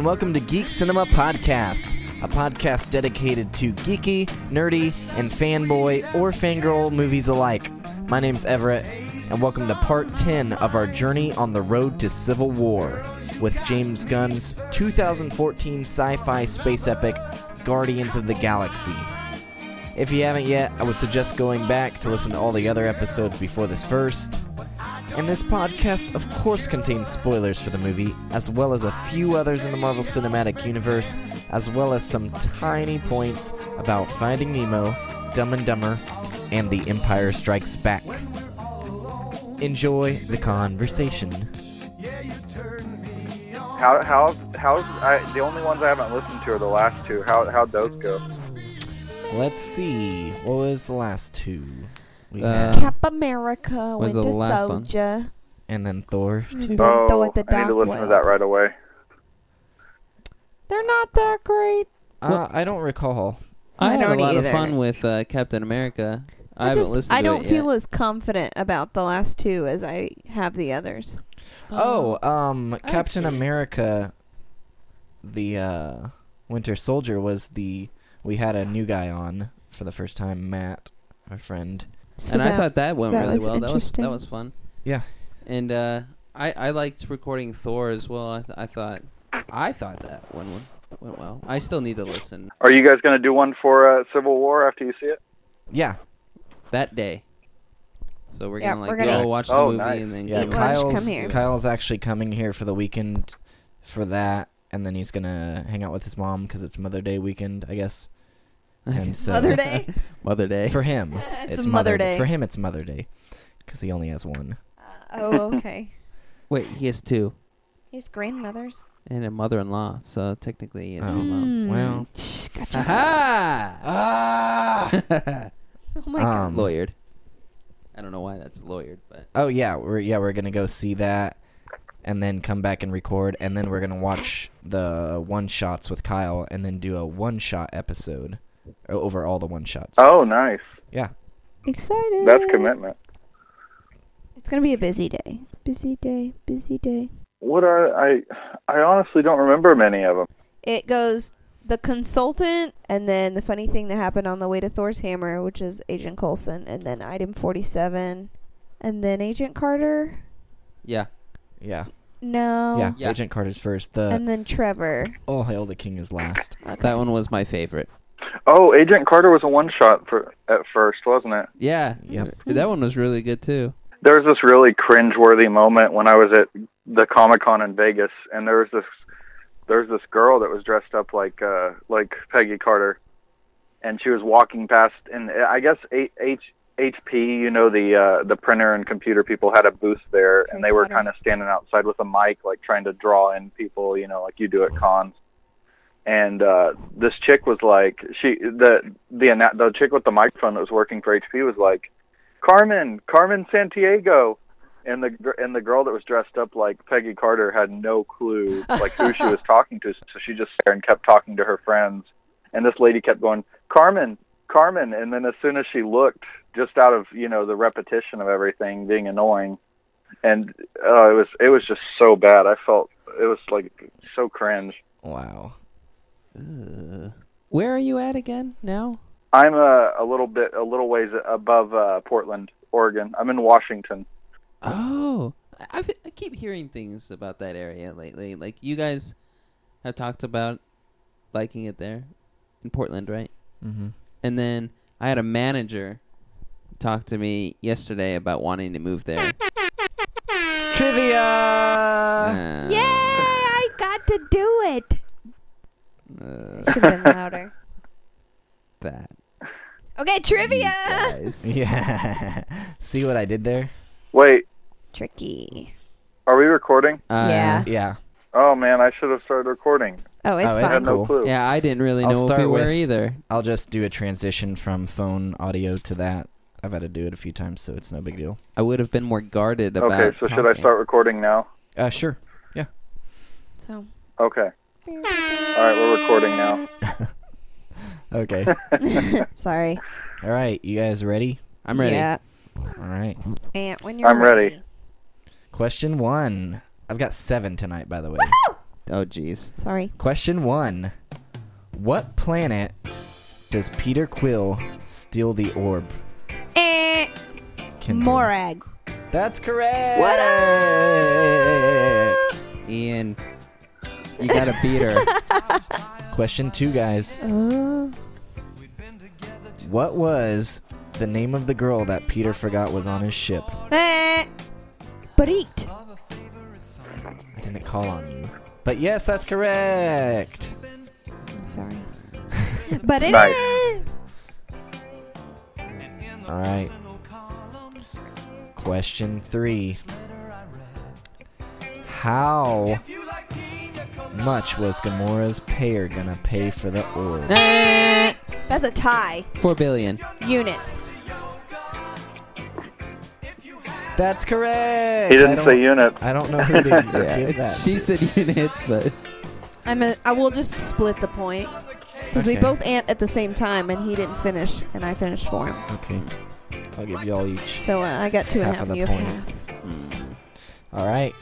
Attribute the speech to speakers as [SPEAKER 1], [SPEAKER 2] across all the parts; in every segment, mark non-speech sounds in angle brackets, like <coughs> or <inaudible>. [SPEAKER 1] welcome to Geek Cinema Podcast, a podcast dedicated to geeky, nerdy, and fanboy or fangirl movies alike. My name's Everett, and welcome to part 10 of our journey on the road to Civil War with James Gunn's 2014 sci fi space epic, Guardians of the Galaxy. If you haven't yet, I would suggest going back to listen to all the other episodes before this first. And this podcast, of course, contains spoilers for the movie, as well as a few others in the Marvel Cinematic Universe, as well as some tiny points about Finding Nemo, Dumb and Dumber, and The Empire Strikes Back. Enjoy the conversation.
[SPEAKER 2] How how's how's I, the only ones I haven't listened to are the last two. How how'd those go?
[SPEAKER 1] Let's see. What was the last two? We
[SPEAKER 3] Uh,
[SPEAKER 1] had?
[SPEAKER 3] Um,
[SPEAKER 4] Cap America,
[SPEAKER 3] was
[SPEAKER 4] Winter
[SPEAKER 3] the last one?
[SPEAKER 4] Soldier, Mm-hmm.
[SPEAKER 1] and then Thor.
[SPEAKER 4] and
[SPEAKER 2] Oh,
[SPEAKER 4] Thor the
[SPEAKER 2] I need
[SPEAKER 4] Dark
[SPEAKER 2] to listen
[SPEAKER 4] World.
[SPEAKER 2] to that right away.
[SPEAKER 4] They're not that great.
[SPEAKER 1] Uh, I don't recall.
[SPEAKER 3] I,
[SPEAKER 4] I
[SPEAKER 3] had a
[SPEAKER 4] don't
[SPEAKER 3] lot of
[SPEAKER 4] either.
[SPEAKER 3] fun with uh, Captain America. I,
[SPEAKER 4] I
[SPEAKER 3] haven't
[SPEAKER 4] just
[SPEAKER 3] listened
[SPEAKER 4] I
[SPEAKER 3] to
[SPEAKER 4] don't
[SPEAKER 3] it
[SPEAKER 4] feel
[SPEAKER 3] yet.
[SPEAKER 4] as confident about the last two as I have the others.
[SPEAKER 1] Oh, um, Captain
[SPEAKER 3] actually-
[SPEAKER 1] America, the uh, Winter Soldier was the we had a new guy on for the first time, Matt, our friend.
[SPEAKER 4] So
[SPEAKER 3] and I
[SPEAKER 4] that-
[SPEAKER 3] thought that went
[SPEAKER 4] that
[SPEAKER 3] really
[SPEAKER 4] was
[SPEAKER 3] well. That was that
[SPEAKER 4] interesting.
[SPEAKER 3] was fun.
[SPEAKER 1] Yeah.
[SPEAKER 3] And uh, I I liked recording Thor as well. I, th- I thought I thought that one went, went well. I still need to listen
[SPEAKER 2] Are you guys gonna do one for uh, Civil War after you see it?
[SPEAKER 1] Yeah,
[SPEAKER 3] that day. So we're
[SPEAKER 4] Yeah,
[SPEAKER 3] gonna like
[SPEAKER 4] we're gonna-
[SPEAKER 3] go watch the
[SPEAKER 2] Oh,
[SPEAKER 3] movie
[SPEAKER 2] nice.
[SPEAKER 3] and then
[SPEAKER 1] yeah.
[SPEAKER 4] Eat
[SPEAKER 3] go.
[SPEAKER 4] lunch,
[SPEAKER 1] Kyle's
[SPEAKER 4] come here.
[SPEAKER 1] Kyle's actually coming here for the weekend for that, and then he's gonna hang out with his mom because it's Mother Day weekend, I
[SPEAKER 4] <laughs>
[SPEAKER 1] guess. And so
[SPEAKER 4] Mother Day.
[SPEAKER 3] <laughs> Mother Day.
[SPEAKER 1] for him,
[SPEAKER 4] <laughs> It's
[SPEAKER 1] it's,
[SPEAKER 4] Mother Day.
[SPEAKER 1] For him, it's Mother Day because he only has one.
[SPEAKER 4] oh, okay.
[SPEAKER 3] Wait, he has two
[SPEAKER 4] He's grandmother's.
[SPEAKER 3] and a mother-in-law. So technically, he has
[SPEAKER 1] Oh.
[SPEAKER 3] two
[SPEAKER 4] Mm.
[SPEAKER 3] moms.
[SPEAKER 1] Well.
[SPEAKER 4] Hmm. Shh,
[SPEAKER 1] <laughs>
[SPEAKER 4] gotcha. <laughs>
[SPEAKER 3] Aha!
[SPEAKER 1] Ah.
[SPEAKER 4] Oh my god.
[SPEAKER 1] Um,
[SPEAKER 3] lawyered. I don't know why that's lawyered, but
[SPEAKER 1] Oh yeah, we're yeah we're gonna go see that, and then come back and record, and then we're gonna watch the one shots with Kyle, and then do a one shot episode o- over all the one shots.
[SPEAKER 2] Oh, nice.
[SPEAKER 1] yeah,
[SPEAKER 4] Excited.
[SPEAKER 2] That's commitment.
[SPEAKER 4] It's gonna be a busy day. Busy day. Busy day.
[SPEAKER 2] What are I? I honestly don't remember many of them.
[SPEAKER 4] It goes the consultant, and then the funny thing that happened on the way to Thor's hammer, which is Agent Coulson, and then item forty-seven, and then Agent Carter.
[SPEAKER 3] yeah.
[SPEAKER 1] yeah,
[SPEAKER 4] No.
[SPEAKER 1] Oh. yeah,
[SPEAKER 3] Yeah.
[SPEAKER 1] Agent Carter's first. The
[SPEAKER 4] And then Trevor.
[SPEAKER 1] All Hail the King is last.
[SPEAKER 3] That one was my favorite.
[SPEAKER 2] Oh, Agent Carter was a one shot for at first, wasn't it?
[SPEAKER 3] Yeah.
[SPEAKER 1] Yep.
[SPEAKER 3] That one was really good too.
[SPEAKER 2] There was this really cringe-worthy moment when I was at the Comic Con in Vegas, and there was this there was this girl that was dressed up like uh, like Peggy Carter, and she was walking past, and I guess H, H, HP, you know the uh, the printer and computer people had a booth there, and they were
[SPEAKER 4] Got it.
[SPEAKER 2] kind of standing outside with a mic, like trying to draw in people, you know, like you do at cons. And uh, this chick was like, she the the ana- the chick with the microphone that was working for HP was like, Carmen, Carmen Santiago. And the gr- and the girl that was dressed up like Peggy Carter had no clue like who she was talking to, so she just sat there and kept talking to her friends. And this lady kept going, Carmen, Carmen. And then as soon as she looked, just out of you know the repetition of everything being annoying, and uh, it was it was just so bad. I felt it was like so cringe.
[SPEAKER 1] Wow.
[SPEAKER 3] Where are you at again now?
[SPEAKER 2] I'm uh, a, a little bit a little ways above uh, Portland, Oregon. I'm in Washington.
[SPEAKER 3] Oh, I, I've- I keep hearing things about that area lately. Like you guys have talked about liking it there in Portland, right?
[SPEAKER 1] Mm-hmm.
[SPEAKER 3] And then I had a manager talk to me yesterday about wanting to move there.
[SPEAKER 1] Trivia.
[SPEAKER 3] Uh,
[SPEAKER 4] Yay! I got to do it. Should have been louder.
[SPEAKER 3] That
[SPEAKER 4] Okay, trivia.
[SPEAKER 3] guys.
[SPEAKER 1] Yeah. <laughs> See what I did there?
[SPEAKER 2] Wait,
[SPEAKER 4] Tricky.
[SPEAKER 2] are we recording?
[SPEAKER 3] Uh,
[SPEAKER 4] Yeah.
[SPEAKER 1] Yeah.
[SPEAKER 2] Oh man, I should have started recording.
[SPEAKER 4] Oh, it's
[SPEAKER 1] Oh,
[SPEAKER 2] I had
[SPEAKER 4] fine.
[SPEAKER 1] it's-
[SPEAKER 2] no
[SPEAKER 1] Cool.
[SPEAKER 2] clue.
[SPEAKER 3] Uh, Yeah, I didn't really
[SPEAKER 1] I'll
[SPEAKER 3] know if
[SPEAKER 1] start
[SPEAKER 3] we were
[SPEAKER 1] with-
[SPEAKER 3] either.
[SPEAKER 1] I'll just do a transition from phone audio to that. I've had to do it a few times, so it's no big deal.
[SPEAKER 3] I would have been more guarded about.
[SPEAKER 2] Okay, so should I
[SPEAKER 3] talking.
[SPEAKER 2] start recording now?
[SPEAKER 1] Uh, sure. Yeah.
[SPEAKER 4] So.
[SPEAKER 2] Okay. All right, we're recording now.
[SPEAKER 1] Okay.
[SPEAKER 4] Sorry.
[SPEAKER 1] All right. You guys ready?
[SPEAKER 3] I'm ready.
[SPEAKER 4] Yeah.
[SPEAKER 1] All right.
[SPEAKER 4] And when you're
[SPEAKER 2] I'm ready.
[SPEAKER 1] Question one. I've got seven tonight, by the way. <laughs>
[SPEAKER 3] Oh, jeez.
[SPEAKER 4] Sorry.
[SPEAKER 1] Question one What planet does Peter Quill steal the orb?
[SPEAKER 4] Eh,
[SPEAKER 1] Kindle.
[SPEAKER 4] Morag.
[SPEAKER 1] That's correct.
[SPEAKER 4] What up?
[SPEAKER 3] Ian, you gotta beat her.
[SPEAKER 1] Question two, guys.
[SPEAKER 4] Oh.
[SPEAKER 1] What was the name of the girl that Peter forgot was on his ship?
[SPEAKER 4] Eh. Barit.
[SPEAKER 1] I didn't call on you. But yes, that's correct.
[SPEAKER 4] I'm
[SPEAKER 1] <laughs>
[SPEAKER 4] sorry. but it is.
[SPEAKER 2] Nice.
[SPEAKER 1] All right. Question three. How much was Gamora's payer gonna pay for the orb?
[SPEAKER 3] Eh,
[SPEAKER 4] That's a tie.
[SPEAKER 3] Four billion.
[SPEAKER 4] Units.
[SPEAKER 1] That's correct.
[SPEAKER 2] He
[SPEAKER 1] I
[SPEAKER 2] didn't say
[SPEAKER 1] don't-
[SPEAKER 2] units.
[SPEAKER 1] I don't know who to
[SPEAKER 3] <laughs>
[SPEAKER 1] give that.
[SPEAKER 3] She said <laughs> units, but
[SPEAKER 4] I'm gonna, I will just split the point. Because
[SPEAKER 1] Okay.
[SPEAKER 4] we both ant at the same time, and he didn't finish, and I finished for him.
[SPEAKER 1] Okay. I'll give you all each.
[SPEAKER 4] So uh, I got two and a
[SPEAKER 1] Half of
[SPEAKER 4] half.
[SPEAKER 1] the
[SPEAKER 4] you
[SPEAKER 1] point.
[SPEAKER 4] have half.
[SPEAKER 1] All right.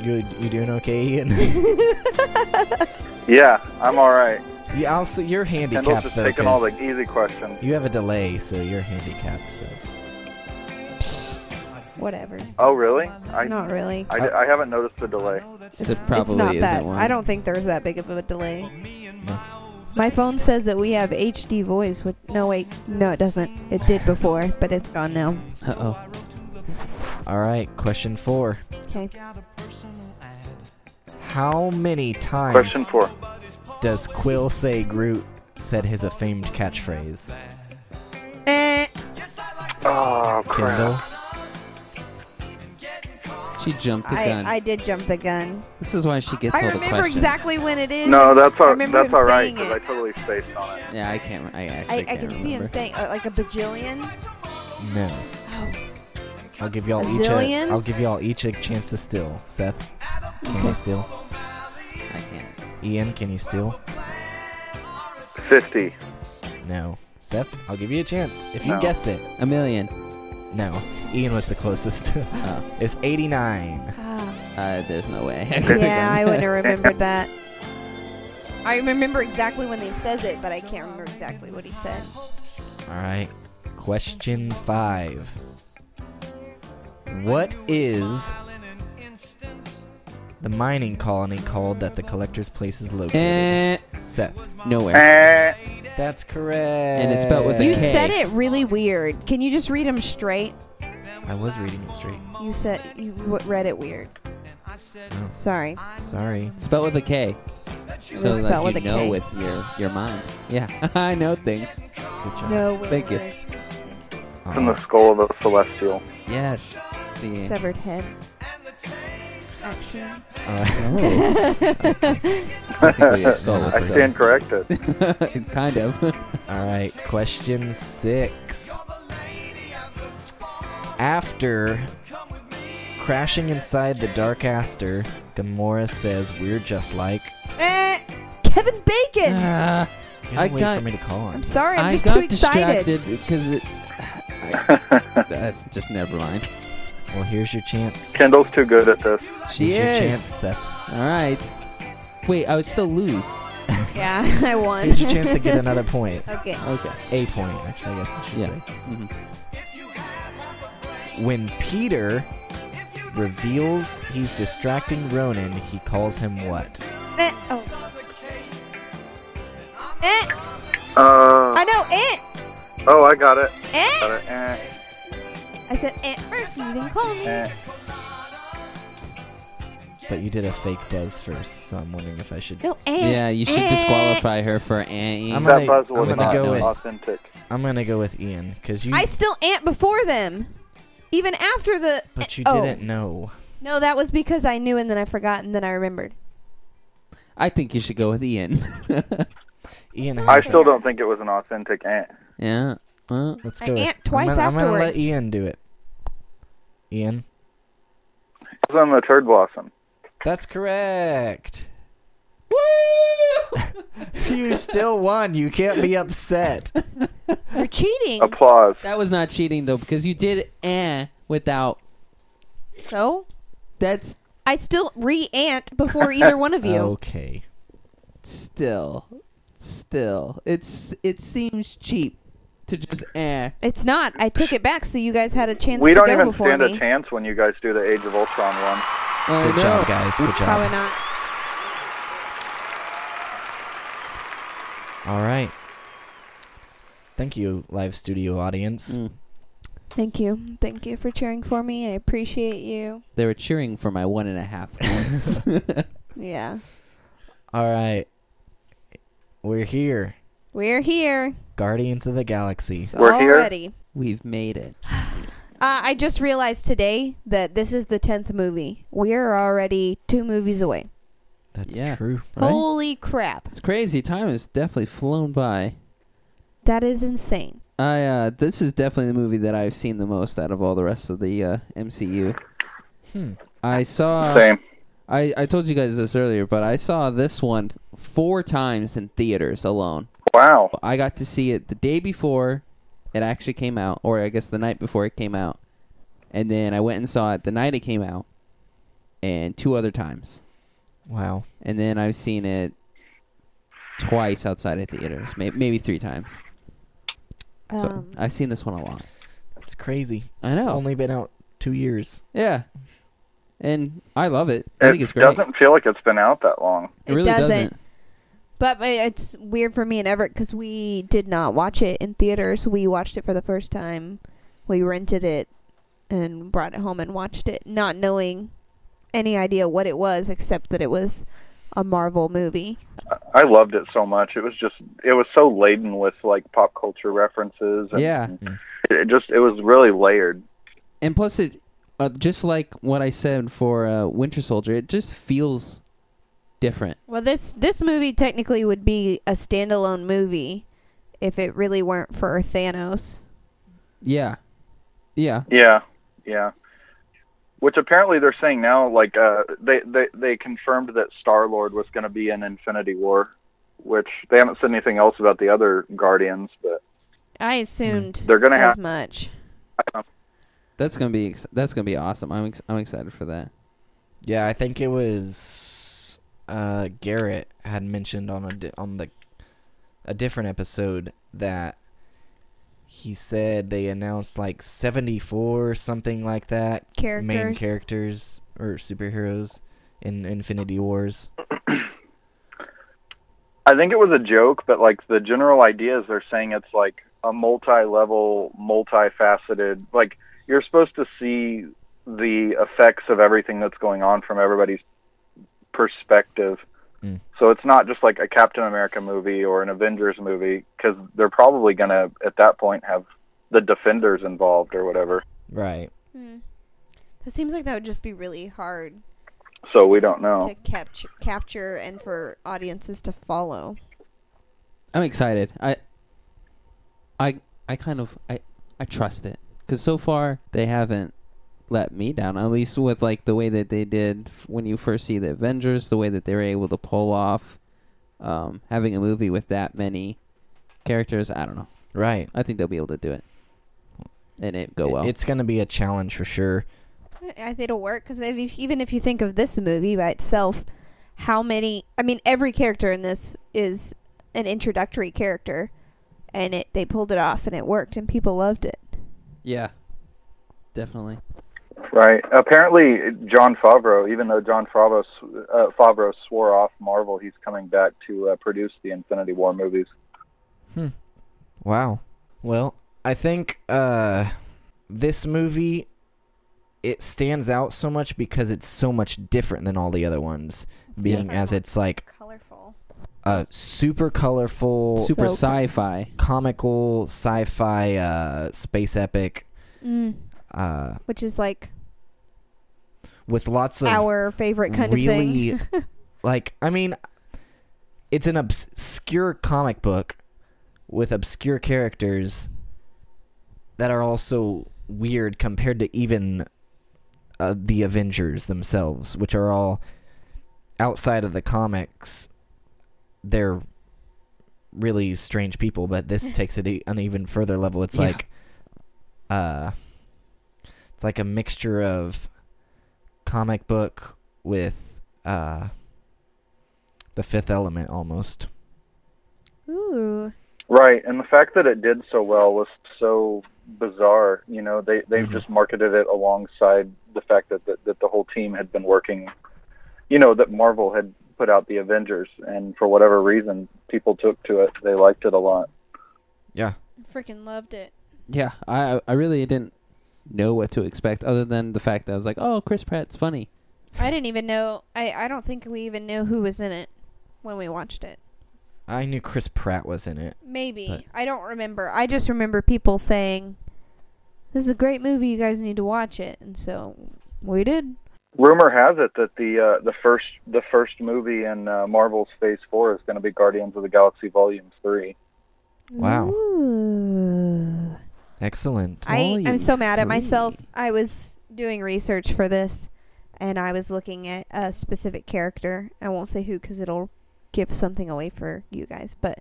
[SPEAKER 1] You you doing okay, Ian? <laughs>
[SPEAKER 2] Yeah, I'm all right.
[SPEAKER 1] yeah, I'll see. You're
[SPEAKER 2] Kendall's
[SPEAKER 1] handicapped
[SPEAKER 2] just
[SPEAKER 1] though,
[SPEAKER 2] taking all
[SPEAKER 1] 'cause
[SPEAKER 2] the easy questions.
[SPEAKER 1] you have a delay, so you're handicapped. So.
[SPEAKER 4] Psst. Whatever.
[SPEAKER 2] Oh, really? I,
[SPEAKER 4] Not really.
[SPEAKER 2] I, I haven't noticed the delay.
[SPEAKER 3] there probably
[SPEAKER 4] it's not
[SPEAKER 3] isn't
[SPEAKER 4] that.
[SPEAKER 3] one.
[SPEAKER 4] I don't think there's that big of a delay.
[SPEAKER 1] No.
[SPEAKER 4] My phone says that we have HD voice. With no wait, no, it doesn't. It did before, but it's gone now.
[SPEAKER 3] Uh oh.
[SPEAKER 1] All right. Question four.
[SPEAKER 4] Okay.
[SPEAKER 1] How many times
[SPEAKER 2] Question four.
[SPEAKER 1] does Quill say Groot said his famed catchphrase?
[SPEAKER 4] Eh.
[SPEAKER 2] Oh, crap.
[SPEAKER 1] Kindle.
[SPEAKER 3] She jumped the gun.
[SPEAKER 4] I, I did jump the gun.
[SPEAKER 3] this is why she gets
[SPEAKER 4] I
[SPEAKER 3] all the
[SPEAKER 4] remember
[SPEAKER 3] questions.
[SPEAKER 4] exactly when it is.
[SPEAKER 2] No, that's
[SPEAKER 4] I
[SPEAKER 2] all,
[SPEAKER 4] remember
[SPEAKER 2] that's
[SPEAKER 4] him
[SPEAKER 2] all right
[SPEAKER 4] saying
[SPEAKER 2] because
[SPEAKER 4] it.
[SPEAKER 2] I totally spaced on it.
[SPEAKER 3] Yeah, I can't. I, I, actually
[SPEAKER 4] I, I
[SPEAKER 3] can't
[SPEAKER 4] can see him
[SPEAKER 3] remember.
[SPEAKER 4] saying uh, like a bajillion.
[SPEAKER 1] No.
[SPEAKER 4] Oh,
[SPEAKER 1] I'll give y'all
[SPEAKER 4] A
[SPEAKER 1] each. A,
[SPEAKER 4] zillion?
[SPEAKER 1] I'll give y'all each a chance to steal. Seth, can you steal?
[SPEAKER 3] I can't.
[SPEAKER 1] Ian, can you steal?
[SPEAKER 2] 50.
[SPEAKER 1] No. Seth, I'll give you a chance if you
[SPEAKER 2] No.
[SPEAKER 1] guess it.
[SPEAKER 3] A million.
[SPEAKER 1] No. Ian was the closest. <laughs>
[SPEAKER 3] Oh,
[SPEAKER 1] it's 89.
[SPEAKER 4] <laughs> ah.
[SPEAKER 3] uh, there's no way. <laughs>
[SPEAKER 4] yeah, I wouldn't have <laughs> remembered that. I remember exactly when he says it, but I can't remember exactly what he said.
[SPEAKER 1] All right. Question five. What is the mining colony called that the collector's place is located?
[SPEAKER 3] Eh,
[SPEAKER 1] Seth.
[SPEAKER 3] nowhere.
[SPEAKER 2] Eh,
[SPEAKER 1] That's correct.
[SPEAKER 3] And it's spelled with a
[SPEAKER 4] You
[SPEAKER 3] K.
[SPEAKER 4] said it really weird. Can you just read them straight?
[SPEAKER 1] I was reading it straight.
[SPEAKER 4] You said you w- read it weird. Sorry.
[SPEAKER 1] Sorry.
[SPEAKER 3] Spelled with a K. So
[SPEAKER 4] was
[SPEAKER 3] that
[SPEAKER 4] spelled
[SPEAKER 3] you
[SPEAKER 4] with a
[SPEAKER 3] know
[SPEAKER 4] K.
[SPEAKER 3] with your your mind. <laughs> Yeah, I know things.
[SPEAKER 1] Good job.
[SPEAKER 4] No
[SPEAKER 3] Thank you.
[SPEAKER 4] worries.
[SPEAKER 2] it's in the skull of the celestial.
[SPEAKER 3] Yes. See.
[SPEAKER 4] Severed head. Action.
[SPEAKER 1] All right.
[SPEAKER 3] Oh, technically it's spelled
[SPEAKER 2] I
[SPEAKER 3] with a
[SPEAKER 2] stand corrected.
[SPEAKER 3] K. <laughs> kind
[SPEAKER 4] <laughs>
[SPEAKER 3] of.
[SPEAKER 1] <laughs>
[SPEAKER 3] <laughs>
[SPEAKER 1] All right, question six. After crashing inside the Dark Aster, Gamora says, "We're just like."
[SPEAKER 4] Eh, Kevin Bacon.
[SPEAKER 3] Ah,
[SPEAKER 1] You
[SPEAKER 3] I
[SPEAKER 1] wait
[SPEAKER 3] got-
[SPEAKER 1] for me to call
[SPEAKER 4] I'm
[SPEAKER 1] on.
[SPEAKER 4] sorry. I'm
[SPEAKER 3] I
[SPEAKER 4] just
[SPEAKER 3] got
[SPEAKER 4] too excited.
[SPEAKER 3] distracted
[SPEAKER 1] <laughs>
[SPEAKER 3] because it. I, uh, just never mind.
[SPEAKER 1] Well, here's your chance.
[SPEAKER 2] Kendall's too good at this.
[SPEAKER 1] here's
[SPEAKER 3] She
[SPEAKER 1] Your chance,
[SPEAKER 3] is.
[SPEAKER 1] Seth.
[SPEAKER 3] All right. Wait, I would still lose.
[SPEAKER 1] <laughs>
[SPEAKER 4] Yeah, <laughs> I won.
[SPEAKER 1] Here's your chance to get another point. <laughs>
[SPEAKER 4] <laughs> okay.
[SPEAKER 3] Okay.
[SPEAKER 1] A point, actually. I guess I should
[SPEAKER 3] Yeah. Mm-hmm.
[SPEAKER 1] say.
[SPEAKER 3] hmm
[SPEAKER 1] When Peter reveals he's distracting Ronan, he calls him what?
[SPEAKER 4] Eh, oh. Eh,
[SPEAKER 2] Uh,
[SPEAKER 4] I know it.
[SPEAKER 2] oh, I got it. Got
[SPEAKER 4] Eh.
[SPEAKER 2] it. Eh,
[SPEAKER 4] I said eh first. You didn't call me.
[SPEAKER 2] eh.
[SPEAKER 1] But you did a fake buzz first, so I'm wondering if I should.
[SPEAKER 4] No eh.
[SPEAKER 3] Yeah, you should
[SPEAKER 4] eh.
[SPEAKER 3] disqualify her for Annie.
[SPEAKER 1] I'm gonna,
[SPEAKER 2] That buzz
[SPEAKER 1] I'm
[SPEAKER 2] was
[SPEAKER 1] gonna
[SPEAKER 2] not
[SPEAKER 1] go
[SPEAKER 3] no.
[SPEAKER 1] with
[SPEAKER 2] authentic.
[SPEAKER 1] I'm gonna go with Ian because you.
[SPEAKER 4] I still ant before them, even after the.
[SPEAKER 1] but you
[SPEAKER 4] oh.
[SPEAKER 1] didn't know.
[SPEAKER 4] No, that was because I knew and then I forgot and then
[SPEAKER 1] <laughs>
[SPEAKER 4] I remembered.
[SPEAKER 3] I think you should go with Ian. <laughs>
[SPEAKER 1] Ian,
[SPEAKER 4] It's
[SPEAKER 1] has
[SPEAKER 2] I
[SPEAKER 1] it.
[SPEAKER 2] still don't think it was an authentic eh.
[SPEAKER 3] yeah. Uh,
[SPEAKER 1] Let's
[SPEAKER 4] I
[SPEAKER 1] go. with-
[SPEAKER 4] ant twice
[SPEAKER 1] I'm gonna, I'm gonna let
[SPEAKER 4] afterwards.
[SPEAKER 1] Ian do it. Ian,
[SPEAKER 2] It was on the turd blossom.
[SPEAKER 1] that's correct.
[SPEAKER 4] Woo!
[SPEAKER 1] You still won. You can't be
[SPEAKER 4] <laughs>
[SPEAKER 1] upset.
[SPEAKER 4] You're cheating.
[SPEAKER 2] Applause.
[SPEAKER 3] that was not cheating though, because you did eh without.
[SPEAKER 4] So
[SPEAKER 3] That's
[SPEAKER 4] I still re-ant before either one of you.
[SPEAKER 1] <laughs> Okay.
[SPEAKER 3] Still, still, it's it seems cheap to just eh.
[SPEAKER 4] It's not. I took it back, so you guys had a chance
[SPEAKER 2] we
[SPEAKER 4] to
[SPEAKER 2] don't
[SPEAKER 4] go
[SPEAKER 2] even
[SPEAKER 4] before
[SPEAKER 2] stand
[SPEAKER 4] me.
[SPEAKER 2] a chance when you guys do the Age of Ultron one.
[SPEAKER 3] I
[SPEAKER 1] Good
[SPEAKER 3] know.
[SPEAKER 1] job, guys. Good
[SPEAKER 4] Probably
[SPEAKER 1] job.
[SPEAKER 4] not.
[SPEAKER 1] All right. Thank you, live studio audience.
[SPEAKER 3] Mm.
[SPEAKER 4] Thank you. Thank you for cheering for me. I appreciate you.
[SPEAKER 3] They were cheering for my one and a half
[SPEAKER 1] <laughs>
[SPEAKER 3] points.
[SPEAKER 4] Yeah.
[SPEAKER 1] All right. We're here.
[SPEAKER 4] We're here.
[SPEAKER 1] Guardians of the Galaxy.
[SPEAKER 4] It's
[SPEAKER 2] We're here.
[SPEAKER 4] already.
[SPEAKER 3] We've made it.
[SPEAKER 4] Uh, I just realized today that this is the 10th movie. We're already two movies away.
[SPEAKER 1] That's
[SPEAKER 3] Yeah.
[SPEAKER 1] true.
[SPEAKER 3] Right?
[SPEAKER 4] Holy crap.
[SPEAKER 3] It's crazy. Time has definitely flown by.
[SPEAKER 4] That is insane.
[SPEAKER 3] I uh, this is definitely the movie that I've seen the most out of all the rest of the uh, MCU.
[SPEAKER 1] Hmm.
[SPEAKER 3] I saw.
[SPEAKER 2] Same.
[SPEAKER 3] I, I told you guys this earlier, but I saw this one four times in theaters alone.
[SPEAKER 2] Wow.
[SPEAKER 3] I got to see it the day before it actually came out, or I guess the night before it came out. And then I went and saw it the night it came out, and two other times.
[SPEAKER 1] Wow.
[SPEAKER 3] And then I've seen it twice outside of theaters, may- maybe three times. So
[SPEAKER 4] Um,
[SPEAKER 3] I've seen this one a lot.
[SPEAKER 1] That's crazy.
[SPEAKER 3] I
[SPEAKER 1] It's
[SPEAKER 3] know.
[SPEAKER 1] only been out two years.
[SPEAKER 3] yeah. And I love it. I
[SPEAKER 2] It
[SPEAKER 3] think it's great.
[SPEAKER 2] doesn't feel like it's been out that long.
[SPEAKER 3] it really
[SPEAKER 4] doesn't.
[SPEAKER 3] doesn't.
[SPEAKER 4] but i- it's weird for me and Everett because we did not watch it in theaters. We watched it for the first time. We rented it and brought it home and watched it, not knowing any idea what it was except that it was a Marvel movie.
[SPEAKER 2] I loved it so much. It was just it was so laden with like pop culture references. And
[SPEAKER 3] Yeah.
[SPEAKER 2] It it just it was really layered.
[SPEAKER 3] And plus, it uh, just like what I said for uh, Winter Soldier, it just feels different.
[SPEAKER 4] Well, this this movie technically would be a standalone movie if it really weren't for Thanos.
[SPEAKER 3] Yeah. Yeah.
[SPEAKER 2] Yeah, yeah. Which apparently they're saying now, like uh, they they they confirmed that Star Lord was going to be in Infinity War, which they haven't said anything else about the other Guardians, but
[SPEAKER 4] I assumed
[SPEAKER 2] They're gonna
[SPEAKER 4] as
[SPEAKER 2] have-
[SPEAKER 4] much.
[SPEAKER 3] That's gonna be ex- that's gonna be awesome. I'm ex- I'm excited for that.
[SPEAKER 1] Yeah, I think it was uh, Garrett had mentioned on a di- on the a different episode that he said they announced like 74 something like that main
[SPEAKER 4] Characters.
[SPEAKER 1] characters or superheroes in Infinity Wars.
[SPEAKER 2] I think it was a joke. But like the general idea is they're saying it's like a multi-level, multifaceted. Like you're supposed to see the effects of everything that's going on from everybody's perspective.
[SPEAKER 1] Mm.
[SPEAKER 2] So it's not just like a Captain America movie or an Avengers movie because they're probably going to at that point have the Defenders involved or whatever.
[SPEAKER 1] Right.
[SPEAKER 4] It seems like that would just be really hard
[SPEAKER 2] So we don't know.
[SPEAKER 4] to capture capture and for audiences to follow.
[SPEAKER 3] I'm excited. I I I kind of I I trust it because so far they haven't let me down. At least with like the way that they did f- when you first see the Avengers, the way that they were able to pull off um, having a movie with that many characters. I don't know.
[SPEAKER 1] Right.
[SPEAKER 3] I think they'll be able to do it, and it go Oh, well.
[SPEAKER 1] It's going to be a challenge for sure.
[SPEAKER 4] I think it'll work because even if you think of this movie by itself, how many? I mean, every character in this is an introductory character, and it they pulled it off and it worked and people loved it.
[SPEAKER 3] yeah, definitely.
[SPEAKER 2] Right. Apparently, John Favreau, even though John Favreau, s- uh, Favreau swore off Marvel, he's coming back to uh, produce the Infinity War movies.
[SPEAKER 1] Wow. Well, I think uh this movie it stands out so much because it's so much different than all the other ones, being
[SPEAKER 4] different.
[SPEAKER 1] as it's like
[SPEAKER 4] Colorful.
[SPEAKER 1] a super colorful,
[SPEAKER 3] Super
[SPEAKER 4] So-
[SPEAKER 3] sci-fi.
[SPEAKER 1] comical sci-fi uh space epic
[SPEAKER 4] Mm.
[SPEAKER 1] uh
[SPEAKER 4] Which is like
[SPEAKER 1] with lots of
[SPEAKER 4] our favorite kind
[SPEAKER 1] really
[SPEAKER 4] of thing. <laughs>
[SPEAKER 1] like I mean it's an obscure comic book with obscure characters that are also weird compared to even uh, the Avengers themselves, which are all outside of the comics. They're really strange people, but this takes it e- an even further level. It's
[SPEAKER 3] Yeah.
[SPEAKER 1] like uh it's like a mixture of comic book with uh, the Fifth Element almost.
[SPEAKER 4] Ooh.
[SPEAKER 2] Right, and the fact that it did so well was so bizarre. You know, they they've
[SPEAKER 1] Mhm.
[SPEAKER 2] just marketed it alongside the fact that, that that the whole team had been working. You know that Marvel had put out the Avengers, and for whatever reason, people took to it. They liked it a lot.
[SPEAKER 1] Yeah.
[SPEAKER 4] Freaking loved it.
[SPEAKER 3] Yeah, I I really didn't know what to expect other than the fact that I was like, oh, Chris Pratt's funny.
[SPEAKER 4] I didn't even know. I, I don't think we even knew who was in it when we watched it.
[SPEAKER 1] I knew Chris Pratt was in it.
[SPEAKER 4] Maybe.
[SPEAKER 1] But-
[SPEAKER 4] I don't remember. I just remember people saying, This is a great movie. You guys need to watch it. And so we did.
[SPEAKER 2] Rumor has it that the uh, the first the first movie in uh, Marvel's Phase Four is going to be Guardians of the Galaxy Volume Three.
[SPEAKER 1] Wow.
[SPEAKER 4] Ooh.
[SPEAKER 1] Excellent.
[SPEAKER 4] I
[SPEAKER 3] Volume
[SPEAKER 4] I'm so mad at
[SPEAKER 3] three.
[SPEAKER 4] myself. I was doing research for this, and I was looking at a specific character. I won't say who because it'll give something away for you guys. But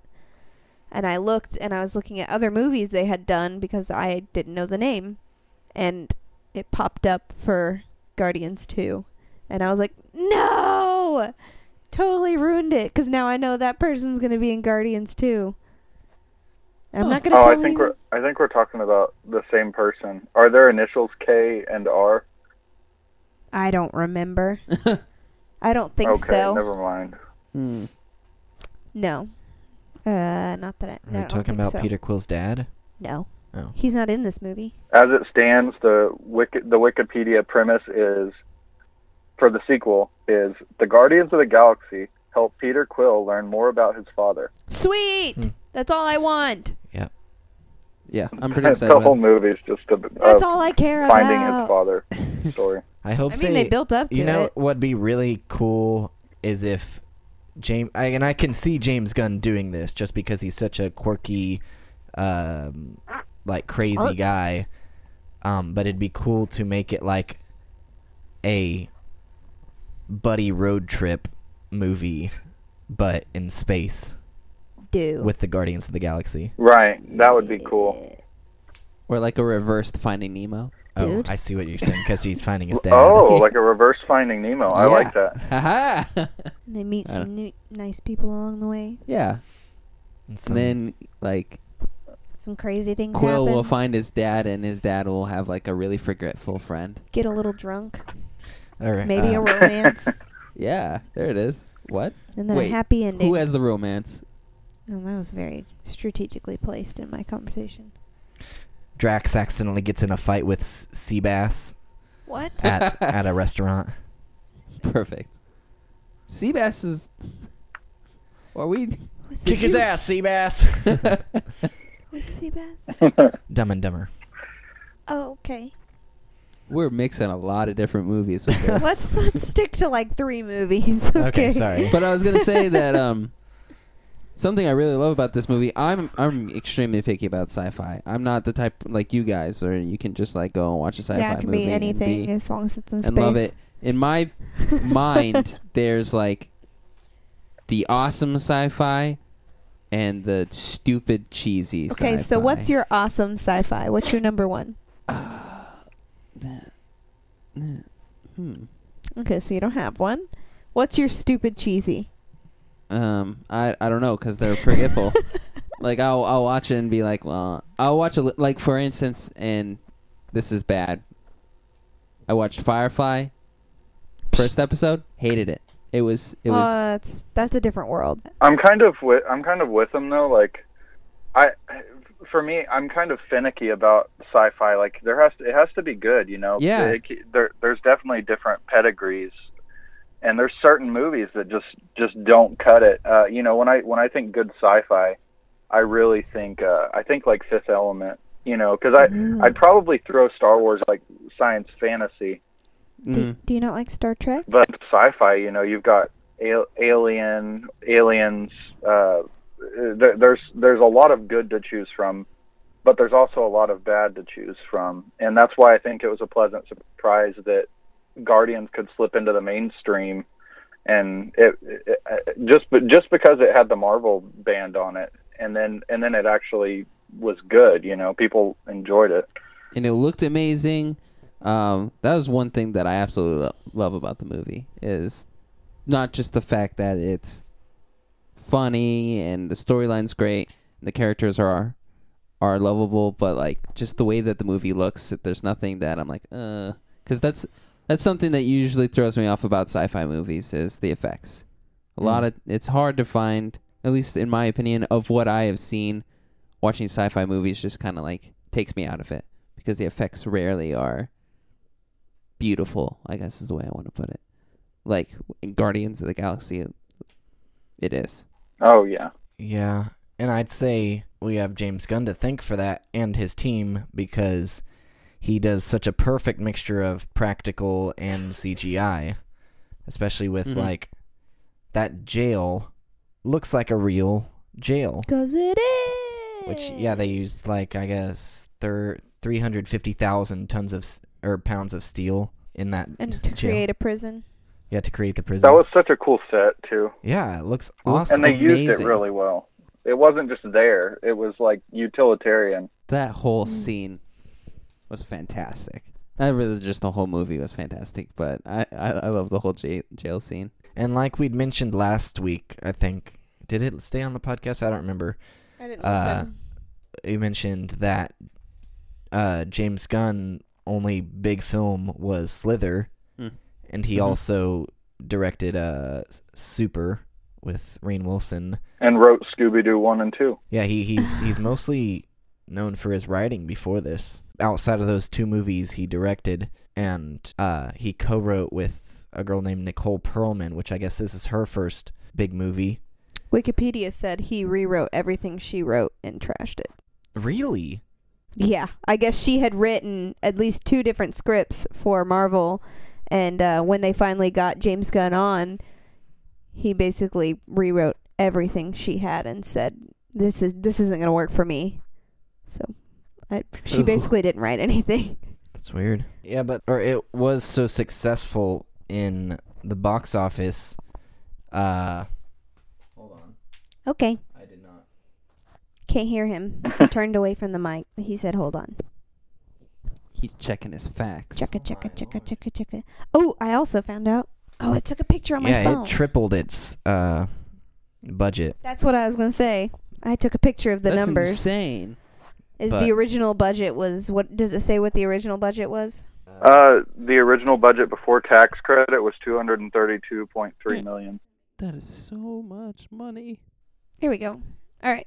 [SPEAKER 4] and I looked, and I was looking at other movies they had done because I didn't know the name, and it popped up for Guardians Two, and I was like, no, totally ruined it because now I know that person's gonna be in Guardians Two. I'm
[SPEAKER 3] Huh.
[SPEAKER 4] not gonna
[SPEAKER 2] Oh,
[SPEAKER 4] tell
[SPEAKER 2] I think
[SPEAKER 4] you.
[SPEAKER 2] we're I think we're talking about the same person. Are their initials K and R?
[SPEAKER 4] I don't
[SPEAKER 2] <laughs>
[SPEAKER 4] remember. I don't think
[SPEAKER 2] okay,
[SPEAKER 4] so.
[SPEAKER 2] never mind.
[SPEAKER 3] Hmm.
[SPEAKER 4] No. Uh, not that I.
[SPEAKER 1] Are
[SPEAKER 4] No, I
[SPEAKER 1] we
[SPEAKER 4] don't
[SPEAKER 1] talking
[SPEAKER 4] think
[SPEAKER 1] about
[SPEAKER 4] so.
[SPEAKER 1] Peter Quill's dad?
[SPEAKER 4] No,
[SPEAKER 1] Oh.
[SPEAKER 4] he's not in this movie.
[SPEAKER 2] as it stands, the wiki, the Wikipedia premise is for the sequel is the Guardians of the Galaxy help Peter Quill learn more about his father.
[SPEAKER 4] Sweet.
[SPEAKER 1] Hmm.
[SPEAKER 4] That's all I want.
[SPEAKER 3] Yeah,
[SPEAKER 2] <laughs>
[SPEAKER 3] I'm pretty excited.
[SPEAKER 2] the whole
[SPEAKER 3] About it.
[SPEAKER 2] movie is just a,
[SPEAKER 4] That's
[SPEAKER 2] uh,
[SPEAKER 4] all I care
[SPEAKER 2] finding his
[SPEAKER 4] about. <laughs>
[SPEAKER 2] father story.
[SPEAKER 1] I hope
[SPEAKER 4] I mean, they, built up to
[SPEAKER 1] You know
[SPEAKER 4] it.
[SPEAKER 1] what'd be really cool is if James I, and I can see James Gunn doing this just because he's such a quirky, um, like crazy
[SPEAKER 3] Art.
[SPEAKER 1] guy. Um, but it'd be cool to make it like a buddy road trip movie, but in space
[SPEAKER 4] Do
[SPEAKER 1] with the Guardians of the Galaxy.
[SPEAKER 2] Right, that would be cool.
[SPEAKER 3] or like a reversed Finding Nemo.
[SPEAKER 4] Dude.
[SPEAKER 1] Oh, I see what you're saying because he's finding
[SPEAKER 2] <laughs>
[SPEAKER 1] his dad.
[SPEAKER 3] <laughs>
[SPEAKER 2] Oh, like a reverse Finding Nemo. I
[SPEAKER 3] Yeah.
[SPEAKER 2] like that.
[SPEAKER 3] <laughs> Haha.
[SPEAKER 4] And they meet
[SPEAKER 3] I don't-
[SPEAKER 4] some new, nice people along the way.
[SPEAKER 3] yeah.
[SPEAKER 1] And
[SPEAKER 3] And then like
[SPEAKER 4] Some crazy things
[SPEAKER 3] Quill
[SPEAKER 4] happen.
[SPEAKER 3] will find his dad, and his dad will have like a really forgetful friend.
[SPEAKER 4] Get a little drunk.
[SPEAKER 1] all right,
[SPEAKER 4] Maybe
[SPEAKER 3] uh,
[SPEAKER 1] <laughs>
[SPEAKER 4] a romance.
[SPEAKER 3] Yeah, there it is. What?
[SPEAKER 4] and then
[SPEAKER 3] Wait,
[SPEAKER 4] a happy ending.
[SPEAKER 3] Who has the romance? <laughs>
[SPEAKER 4] oh, that was very strategically placed in my conversation.
[SPEAKER 1] Drax accidentally gets in a fight with S- Seabass.
[SPEAKER 4] What? <laughs>
[SPEAKER 1] at at a restaurant.
[SPEAKER 3] Perfect. Seabass is. <laughs>
[SPEAKER 2] <laughs>
[SPEAKER 3] Are we? <laughs>
[SPEAKER 4] Was
[SPEAKER 1] Kick his
[SPEAKER 4] it you?
[SPEAKER 1] ass, Seabass.
[SPEAKER 4] <laughs>
[SPEAKER 1] <laughs>
[SPEAKER 4] Was Seabass?
[SPEAKER 1] Dumb and Dumber.
[SPEAKER 4] Oh, okay.
[SPEAKER 3] We're mixing a lot of different movies
[SPEAKER 4] <laughs>
[SPEAKER 3] with this.
[SPEAKER 4] let's let's stick to like three movies. <laughs> Okay,
[SPEAKER 1] Okay, sorry.
[SPEAKER 3] But I was gonna say that um, something I really love about this movie. I'm I'm extremely picky about sci-fi. I'm not the type like you guys, or you can just like go and watch a sci-fi
[SPEAKER 4] <laughs> yeah, it can
[SPEAKER 3] movie
[SPEAKER 4] be anything
[SPEAKER 3] and, be,
[SPEAKER 4] as long as it's in
[SPEAKER 3] and
[SPEAKER 4] space.
[SPEAKER 3] love it. In my
[SPEAKER 4] <laughs>
[SPEAKER 3] mind, there's like the awesome sci-fi and the stupid cheesy.
[SPEAKER 4] okay, so what's your awesome sci-fi? What's your number one?
[SPEAKER 3] hmm.
[SPEAKER 4] Okay, so you don't have one. What's your stupid cheesy?
[SPEAKER 3] Um, I I don't know because they're forgetful. like I'll I'll watch it and be like, well, I'll watch a li- like for instance, and this is bad. I watched Firefly, first episode, hated it. It was it was
[SPEAKER 4] uh, that's that's a different world.
[SPEAKER 2] <laughs> I'm kind of with I'm kind of with them though. Like, I for me, I'm kind of finicky about sci-fi. Like, there has to it has to be good, you know.
[SPEAKER 3] Yeah.
[SPEAKER 2] It c- there, there's definitely different pedigrees, and there's certain movies that just just don't cut it. Uh, you know, when I when I think good sci-fi, I really think uh, I think like Fifth Element. You know, because I
[SPEAKER 3] Mm.
[SPEAKER 2] I'd probably throw Star Wars like science fantasy,
[SPEAKER 3] Mm-hmm.
[SPEAKER 4] Do, do you not like Star Trek?
[SPEAKER 2] but sci-fi, you know, you've got al- Alien, Aliens. Uh, there, there's there's a lot of good to choose from, but there's also a lot of bad to choose from, and that's why I think it was a pleasant surprise that Guardians could slip into the mainstream, and it, it, it just but just because it had the Marvel band on it, and then and then it actually was good. You know, people enjoyed it.
[SPEAKER 3] and it looked amazing. Um, that was one thing that I absolutely lo- love about the movie is not just the fact that it's funny and the storyline's great, and the characters are are lovable, but like just the way that the movie looks, that there's nothing that I'm like, uh, because that's that's something that usually throws me off about sci-fi movies is the effects. A lot of it's hard to find, at least in my opinion, of what I have seen. Watching sci-fi movies just kind of like takes me out of it because the effects rarely are beautiful. I guess is the way I want to put it. Like in Guardians of the Galaxy, it, it is.
[SPEAKER 2] Oh yeah.
[SPEAKER 1] Yeah. And I'd say we have James Gunn to thank for that and his team because he does such a perfect mixture of practical and CGI, especially with
[SPEAKER 4] Mm-hmm.
[SPEAKER 3] Mhm.
[SPEAKER 1] like that jail looks like a real jail,
[SPEAKER 4] Cause it is.
[SPEAKER 1] which yeah, they used like I guess thir- 350,000 tons of s- or pounds of steel in that
[SPEAKER 4] and to
[SPEAKER 1] jail.
[SPEAKER 4] create a prison.
[SPEAKER 1] yeah, to create the prison.
[SPEAKER 2] That was such a cool set too.
[SPEAKER 1] yeah, it looks
[SPEAKER 3] Ooh.
[SPEAKER 1] awesome.
[SPEAKER 2] And they used it
[SPEAKER 3] amazing.
[SPEAKER 2] really well. It wasn't just there. It was like utilitarian.
[SPEAKER 3] That
[SPEAKER 4] Mm.
[SPEAKER 3] whole scene was fantastic. Not really just the whole movie was fantastic, but I I, I love the whole jail, jail scene.
[SPEAKER 1] And like we'd mentioned last week, I think, did it stay on the podcast? I don't remember.
[SPEAKER 4] I didn't
[SPEAKER 1] Uh, listen. You mentioned that uh, James Gunn only big film was Slither,
[SPEAKER 3] Hmm.
[SPEAKER 1] and he
[SPEAKER 3] Mhm.
[SPEAKER 1] also directed uh, Super with Rain Wilson.
[SPEAKER 2] And wrote Scooby Doo one and two.
[SPEAKER 1] Yeah, he, he's he's mostly known for his writing before this. Outside of those two movies he directed, and uh, he co-wrote with a girl named Nicole Perlman, which I guess this is her first big movie.
[SPEAKER 4] Wikipedia said he rewrote everything she wrote and trashed it.
[SPEAKER 1] Really?
[SPEAKER 4] Yeah, I guess she had written at least two different scripts for Marvel, and uh, when they finally got James Gunn on, he basically rewrote everything she had and said, "This is this isn't going to work for me." So, I, she
[SPEAKER 3] Ooh.
[SPEAKER 4] basically didn't
[SPEAKER 1] <laughs>
[SPEAKER 4] write anything.
[SPEAKER 1] That's weird. Yeah, but or it was so successful in the box office. Uh, Hold on,
[SPEAKER 4] Okay,
[SPEAKER 1] I did not.
[SPEAKER 4] can't hear him.
[SPEAKER 2] <laughs>
[SPEAKER 4] He turned away from the mic. He said, "Hold on."
[SPEAKER 3] He's checking his facts.
[SPEAKER 4] Chicka chicka chicka chicka chicka. Oh, I also found out. Oh, I took a picture on my
[SPEAKER 1] yeah,
[SPEAKER 4] phone.
[SPEAKER 1] it tripled its uh budget.
[SPEAKER 4] That's what I was gonna say. I took a picture of the
[SPEAKER 3] That's
[SPEAKER 4] numbers.
[SPEAKER 3] insane.
[SPEAKER 4] Is
[SPEAKER 1] But-
[SPEAKER 4] the original budget was what? Does it say what the original budget was?
[SPEAKER 2] Uh, the original budget before tax credit was two hundred and thirty-two point three
[SPEAKER 3] Hmm.
[SPEAKER 2] million.
[SPEAKER 3] That is so much money.
[SPEAKER 4] Here we go. All right.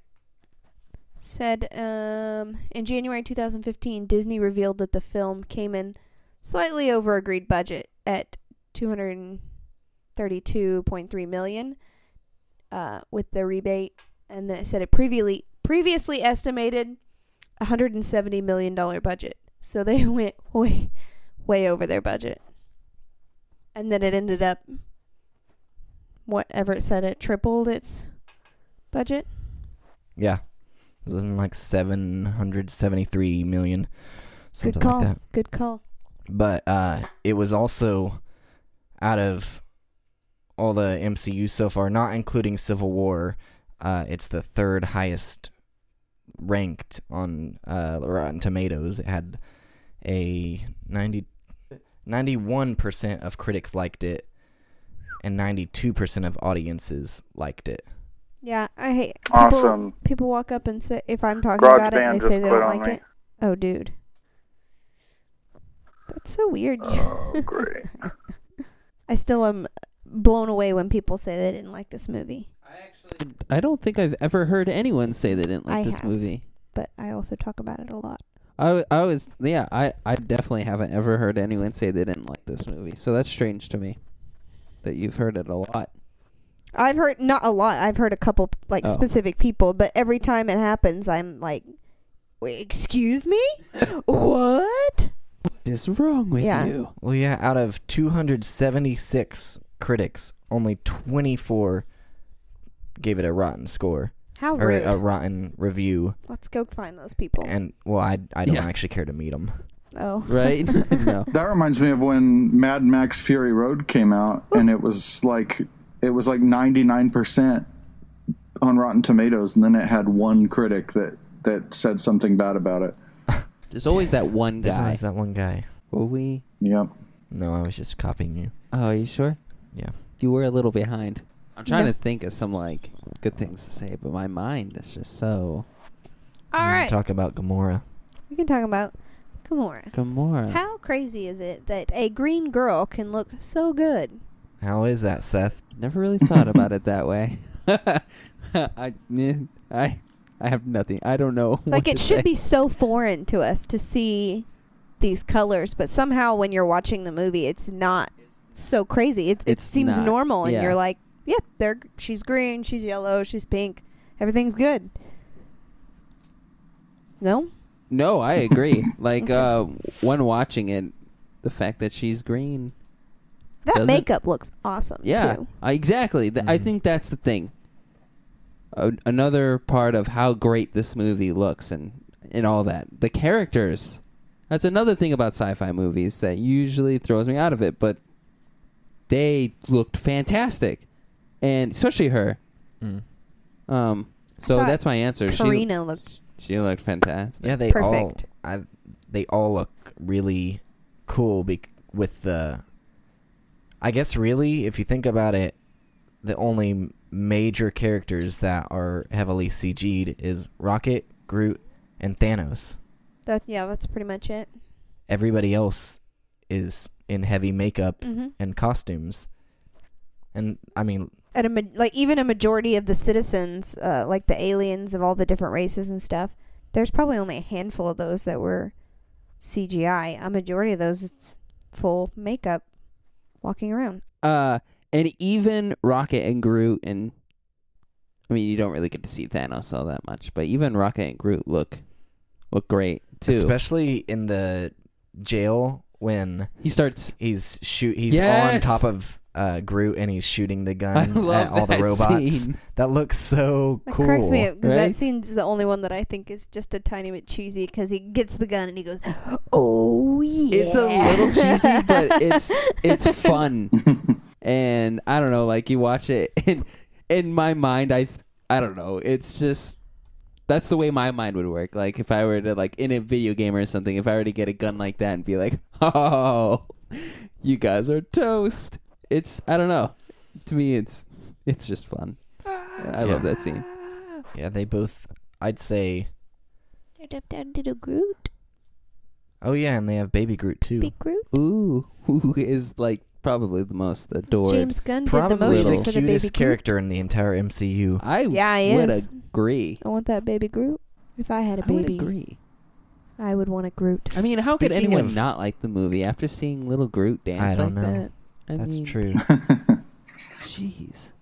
[SPEAKER 4] Said um, in January 2015, Disney revealed that the film came in slightly over agreed budget at 232.3 million uh, with the rebate, and then it said it previously previously estimated 170 million dollar budget. So they <laughs> went way way over their budget, and then it ended up whatever it said it tripled its budget.
[SPEAKER 1] Yeah, it was in like seven hundred seventy-three million, something
[SPEAKER 4] Good call.
[SPEAKER 1] like that.
[SPEAKER 4] Good call.
[SPEAKER 1] But uh, it was also out of all the MCU so far, not including Civil War. Uh, it's the third highest ranked on uh, Rotten Tomatoes. It had a 90, 91% of critics liked it, and 92% of audiences liked it.
[SPEAKER 4] Yeah, I hate
[SPEAKER 3] <laughs>
[SPEAKER 4] people.
[SPEAKER 2] Awesome.
[SPEAKER 4] People walk up and say if I'm talking about it,
[SPEAKER 2] GarageBand
[SPEAKER 4] and they say
[SPEAKER 2] just
[SPEAKER 4] they
[SPEAKER 2] quit
[SPEAKER 4] don't
[SPEAKER 2] on
[SPEAKER 4] like
[SPEAKER 2] me.
[SPEAKER 4] it. Oh, dude, that's so weird.
[SPEAKER 2] Oh, great.
[SPEAKER 4] I still am blown away when people say they didn't like this movie,
[SPEAKER 3] I don't think I've ever heard anyone say they didn't like
[SPEAKER 4] I
[SPEAKER 3] this
[SPEAKER 4] have.
[SPEAKER 3] movie.
[SPEAKER 4] but I also talk about it a lot.
[SPEAKER 3] I I was yeah I I definitely haven't ever heard anyone say they didn't like this movie. So that's strange to me that you've heard it a lot.
[SPEAKER 4] I've heard not a lot. I've heard a couple like
[SPEAKER 3] Oh.
[SPEAKER 4] specific people, but every time it happens, I'm like, Wait,
[SPEAKER 1] <laughs>
[SPEAKER 4] "Excuse me, what?"
[SPEAKER 3] What is wrong with
[SPEAKER 4] Yeah.
[SPEAKER 3] you?
[SPEAKER 1] Well, yeah, out of 276 critics, only 24 gave it a rotten score
[SPEAKER 4] How
[SPEAKER 1] or
[SPEAKER 4] rude.
[SPEAKER 1] a rotten review.
[SPEAKER 4] Let's go find those people.
[SPEAKER 1] uh, And well, I, I don't
[SPEAKER 3] Yeah.
[SPEAKER 1] actually care to meet them.
[SPEAKER 4] oh,
[SPEAKER 3] <laughs> Right? <laughs> no.
[SPEAKER 5] That reminds me of when Mad Max Fury Road came out, and it was like it was like ninety nine percent <laughs> on Rotten Tomatoes, and then it had one critic that that said something bad about it.
[SPEAKER 3] There's always that one
[SPEAKER 1] There's
[SPEAKER 3] guy.
[SPEAKER 1] always that one guy.
[SPEAKER 3] Were we?
[SPEAKER 5] Yep.
[SPEAKER 1] No, I was just copying you.
[SPEAKER 3] Oh, are you sure?
[SPEAKER 1] Yeah.
[SPEAKER 3] You were a little behind. I'm trying
[SPEAKER 4] Yeah.
[SPEAKER 3] to think of some like good things to say, but my mind is just so
[SPEAKER 4] All
[SPEAKER 1] We
[SPEAKER 4] right,
[SPEAKER 1] Talk about Gamora.
[SPEAKER 4] we can talk about Gamora.
[SPEAKER 3] Gamora.
[SPEAKER 4] How crazy is it that a green girl can look so good?
[SPEAKER 1] How is that, Seth?
[SPEAKER 3] Never really thought about it that way. <laughs> I, meh, I, I have nothing. I don't know. <laughs> what
[SPEAKER 4] Like
[SPEAKER 3] to
[SPEAKER 4] it should
[SPEAKER 3] say.
[SPEAKER 4] be so foreign to us to see these colors, but somehow when you're watching the movie, it's not so crazy. It, it
[SPEAKER 3] It's
[SPEAKER 4] seems
[SPEAKER 3] not,
[SPEAKER 4] normal, and
[SPEAKER 3] yeah.
[SPEAKER 4] you're like, yeah, they're she's green, she's yellow, she's pink, everything's good. No,
[SPEAKER 3] No, I
[SPEAKER 4] <laughs>
[SPEAKER 3] agree. like uh, when watching it, the fact that she's green.
[SPEAKER 4] that
[SPEAKER 3] Doesn't-
[SPEAKER 4] makeup looks awesome.
[SPEAKER 3] Yeah,
[SPEAKER 4] too.
[SPEAKER 3] I- exactly. Th- I
[SPEAKER 1] Mhm.
[SPEAKER 3] think that's the thing. A another part of how great this movie looks and and all that. The characters. That's another thing about sci-fi movies that usually throws me out of it, but they looked fantastic, and especially her.
[SPEAKER 1] Mm.
[SPEAKER 3] Um, so
[SPEAKER 4] thought
[SPEAKER 3] that's my answer. She
[SPEAKER 4] Karina looks
[SPEAKER 3] she looked fantastic.
[SPEAKER 1] Yeah, they
[SPEAKER 4] Perfect.
[SPEAKER 1] all I, they all look really cool bec- with the I guess really if you think about it the only m- major characters that are heavily CG'd is Rocket, Groot, and Thanos.
[SPEAKER 4] that. Yeah, that's pretty much it.
[SPEAKER 1] Everybody else is in heavy makeup
[SPEAKER 4] Mm-hmm.
[SPEAKER 1] and costumes. And I mean,
[SPEAKER 4] at a ma- like even a majority of the citizens, uh, like the aliens of all the different races and stuff, there's probably only a handful of those that were CGI. A majority of those, it's full makeup, walking around.
[SPEAKER 3] Uh, and even Rocket and Groot and I mean, you don't really get to see Thanos all that much, but even Rocket and Groot look look great too.
[SPEAKER 1] especially in the jail when
[SPEAKER 3] he starts.
[SPEAKER 1] he's shoot he's
[SPEAKER 3] Yes!
[SPEAKER 1] on top of uh, Groot and he's shooting the gun
[SPEAKER 3] <laughs> I
[SPEAKER 1] at
[SPEAKER 3] love
[SPEAKER 1] all the
[SPEAKER 3] that
[SPEAKER 1] robots.
[SPEAKER 3] scene.
[SPEAKER 1] That looks so
[SPEAKER 4] That
[SPEAKER 1] cool.
[SPEAKER 4] cracks me up because that
[SPEAKER 3] right?
[SPEAKER 4] scene's the only one that I think is just a tiny bit cheesy because he gets the gun and he goes, <gasps> "Oh yeah."
[SPEAKER 3] It's a little cheesy,
[SPEAKER 4] <laughs>
[SPEAKER 3] but it's it's fun. and I don't know, like you watch it, <laughs> and in my mind, I th- I don't know, it's just that's the way my mind would work. Like if I were to like in a video game or something, if I were to get a gun like that and be like, <laughs> oh, you guys are toast. It's I don't know. To me, it's it's just fun. I love that scene.
[SPEAKER 1] Yeah, they both. I'd say.
[SPEAKER 4] down to Groot,
[SPEAKER 1] Oh yeah, and they have Baby Groot too.
[SPEAKER 4] big Groot.
[SPEAKER 3] Ooh, <laughs> who is like probably the most adored.
[SPEAKER 4] James Gunn did the
[SPEAKER 1] Probably
[SPEAKER 4] motion
[SPEAKER 1] the
[SPEAKER 4] for the baby
[SPEAKER 1] cutest
[SPEAKER 4] Groot.
[SPEAKER 1] character in the entire MCU.
[SPEAKER 3] I
[SPEAKER 4] Yeah, he
[SPEAKER 3] would
[SPEAKER 4] is.
[SPEAKER 3] agree.
[SPEAKER 4] I want that baby Groot. If I had a
[SPEAKER 3] I would
[SPEAKER 4] baby,
[SPEAKER 3] agree.
[SPEAKER 4] I would want a Groot.
[SPEAKER 3] I mean, how could
[SPEAKER 1] Speaking
[SPEAKER 3] anyone
[SPEAKER 1] of-
[SPEAKER 3] not like the movie after seeing Little Groot dance
[SPEAKER 1] I don't
[SPEAKER 3] like
[SPEAKER 1] know.
[SPEAKER 3] that? I
[SPEAKER 1] That's
[SPEAKER 3] mean,
[SPEAKER 1] true.
[SPEAKER 3] Jeez.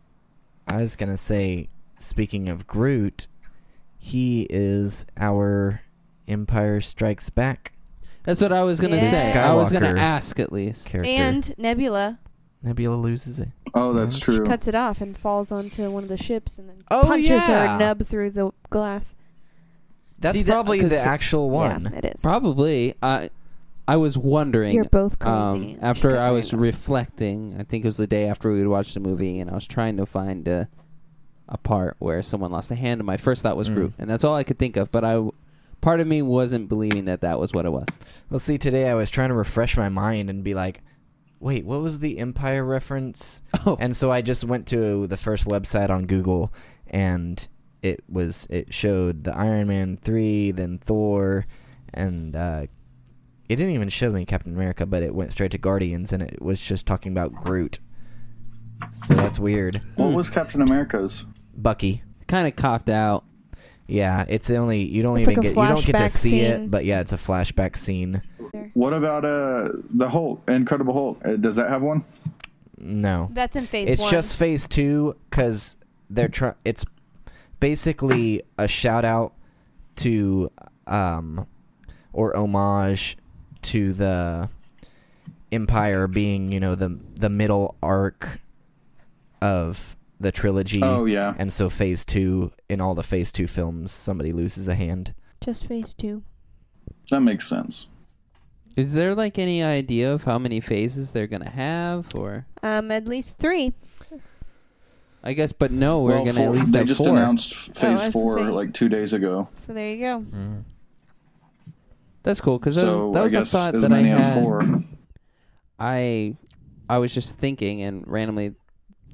[SPEAKER 1] I was gonna say. Speaking of Groot, he is our Empire Strikes Back
[SPEAKER 3] That's what I was gonna
[SPEAKER 4] Yeah.
[SPEAKER 3] say. I was gonna
[SPEAKER 1] Skywalker.
[SPEAKER 3] ask at least.
[SPEAKER 1] character.
[SPEAKER 4] And Nebula
[SPEAKER 1] Nebula loses it.
[SPEAKER 5] Oh, that's
[SPEAKER 1] She
[SPEAKER 5] true.
[SPEAKER 4] cuts it off and falls onto one of the ships and then
[SPEAKER 3] Oh,
[SPEAKER 4] punches
[SPEAKER 3] yeah.
[SPEAKER 4] her nub through the glass.
[SPEAKER 1] That's
[SPEAKER 3] See, that-
[SPEAKER 1] probably the
[SPEAKER 3] 'cause-
[SPEAKER 1] actual one.
[SPEAKER 4] Yeah, it is.
[SPEAKER 3] Probably. I I was wondering.
[SPEAKER 4] You're both
[SPEAKER 3] um,
[SPEAKER 4] crazy. She
[SPEAKER 3] after
[SPEAKER 4] cuts
[SPEAKER 3] I
[SPEAKER 4] her
[SPEAKER 3] was
[SPEAKER 4] nub.
[SPEAKER 3] reflecting, I think it was the day after we had watched the movie, and I was trying to find a, a part where someone lost a hand, and my first thought was
[SPEAKER 1] Mm.
[SPEAKER 3] Groot, and that's all I could think of. But I, w- part of me wasn't believing that that was what it was.
[SPEAKER 1] Well, see, today I was trying to refresh my mind and be like, wait, what was the Empire reference?
[SPEAKER 3] Oh,
[SPEAKER 1] And so I just went to the first website on Google, and it was it showed the Iron Man three, then Thor, and uh, it didn't even show me Captain America, but it went straight to Guardians, and it was just talking about Groot. So that's weird.
[SPEAKER 5] <laughs> What was Captain America's?
[SPEAKER 1] Bucky.
[SPEAKER 3] kind of copped out.
[SPEAKER 1] Yeah, it's the only you don't
[SPEAKER 4] It's
[SPEAKER 1] even
[SPEAKER 4] like a
[SPEAKER 1] get you don't get to
[SPEAKER 4] flashback
[SPEAKER 1] see
[SPEAKER 4] scene.
[SPEAKER 1] it, but yeah, it's a flashback scene.
[SPEAKER 5] What about uh the Hulk, Incredible Hulk? Uh, does that have one?
[SPEAKER 1] No.
[SPEAKER 4] That's in phase
[SPEAKER 1] it's
[SPEAKER 4] one.
[SPEAKER 1] just phase two because they're try- it's basically a shout out to um or homage to the empire being you know the the middle arc of the trilogy
[SPEAKER 5] Oh yeah.
[SPEAKER 1] and so phase two in all the phase two films somebody loses a hand
[SPEAKER 4] just phase two.
[SPEAKER 5] That makes sense.
[SPEAKER 3] Is there like any idea of how many phases they're gonna have, or
[SPEAKER 4] Um, at least three.
[SPEAKER 3] I guess, but no, we're
[SPEAKER 5] Well,
[SPEAKER 3] gonna
[SPEAKER 5] four-
[SPEAKER 3] at least
[SPEAKER 5] they
[SPEAKER 3] have
[SPEAKER 5] just
[SPEAKER 3] four. Oh,
[SPEAKER 5] announced
[SPEAKER 4] I was
[SPEAKER 5] phase
[SPEAKER 4] gonna
[SPEAKER 5] four
[SPEAKER 4] say-
[SPEAKER 5] like two days ago.
[SPEAKER 4] So there you go.
[SPEAKER 3] That's cool because that
[SPEAKER 2] So
[SPEAKER 3] was, that
[SPEAKER 2] I
[SPEAKER 3] was a
[SPEAKER 2] guess
[SPEAKER 3] thought
[SPEAKER 2] as
[SPEAKER 3] that I
[SPEAKER 2] many as
[SPEAKER 3] had.
[SPEAKER 2] four.
[SPEAKER 3] I I was just thinking and randomly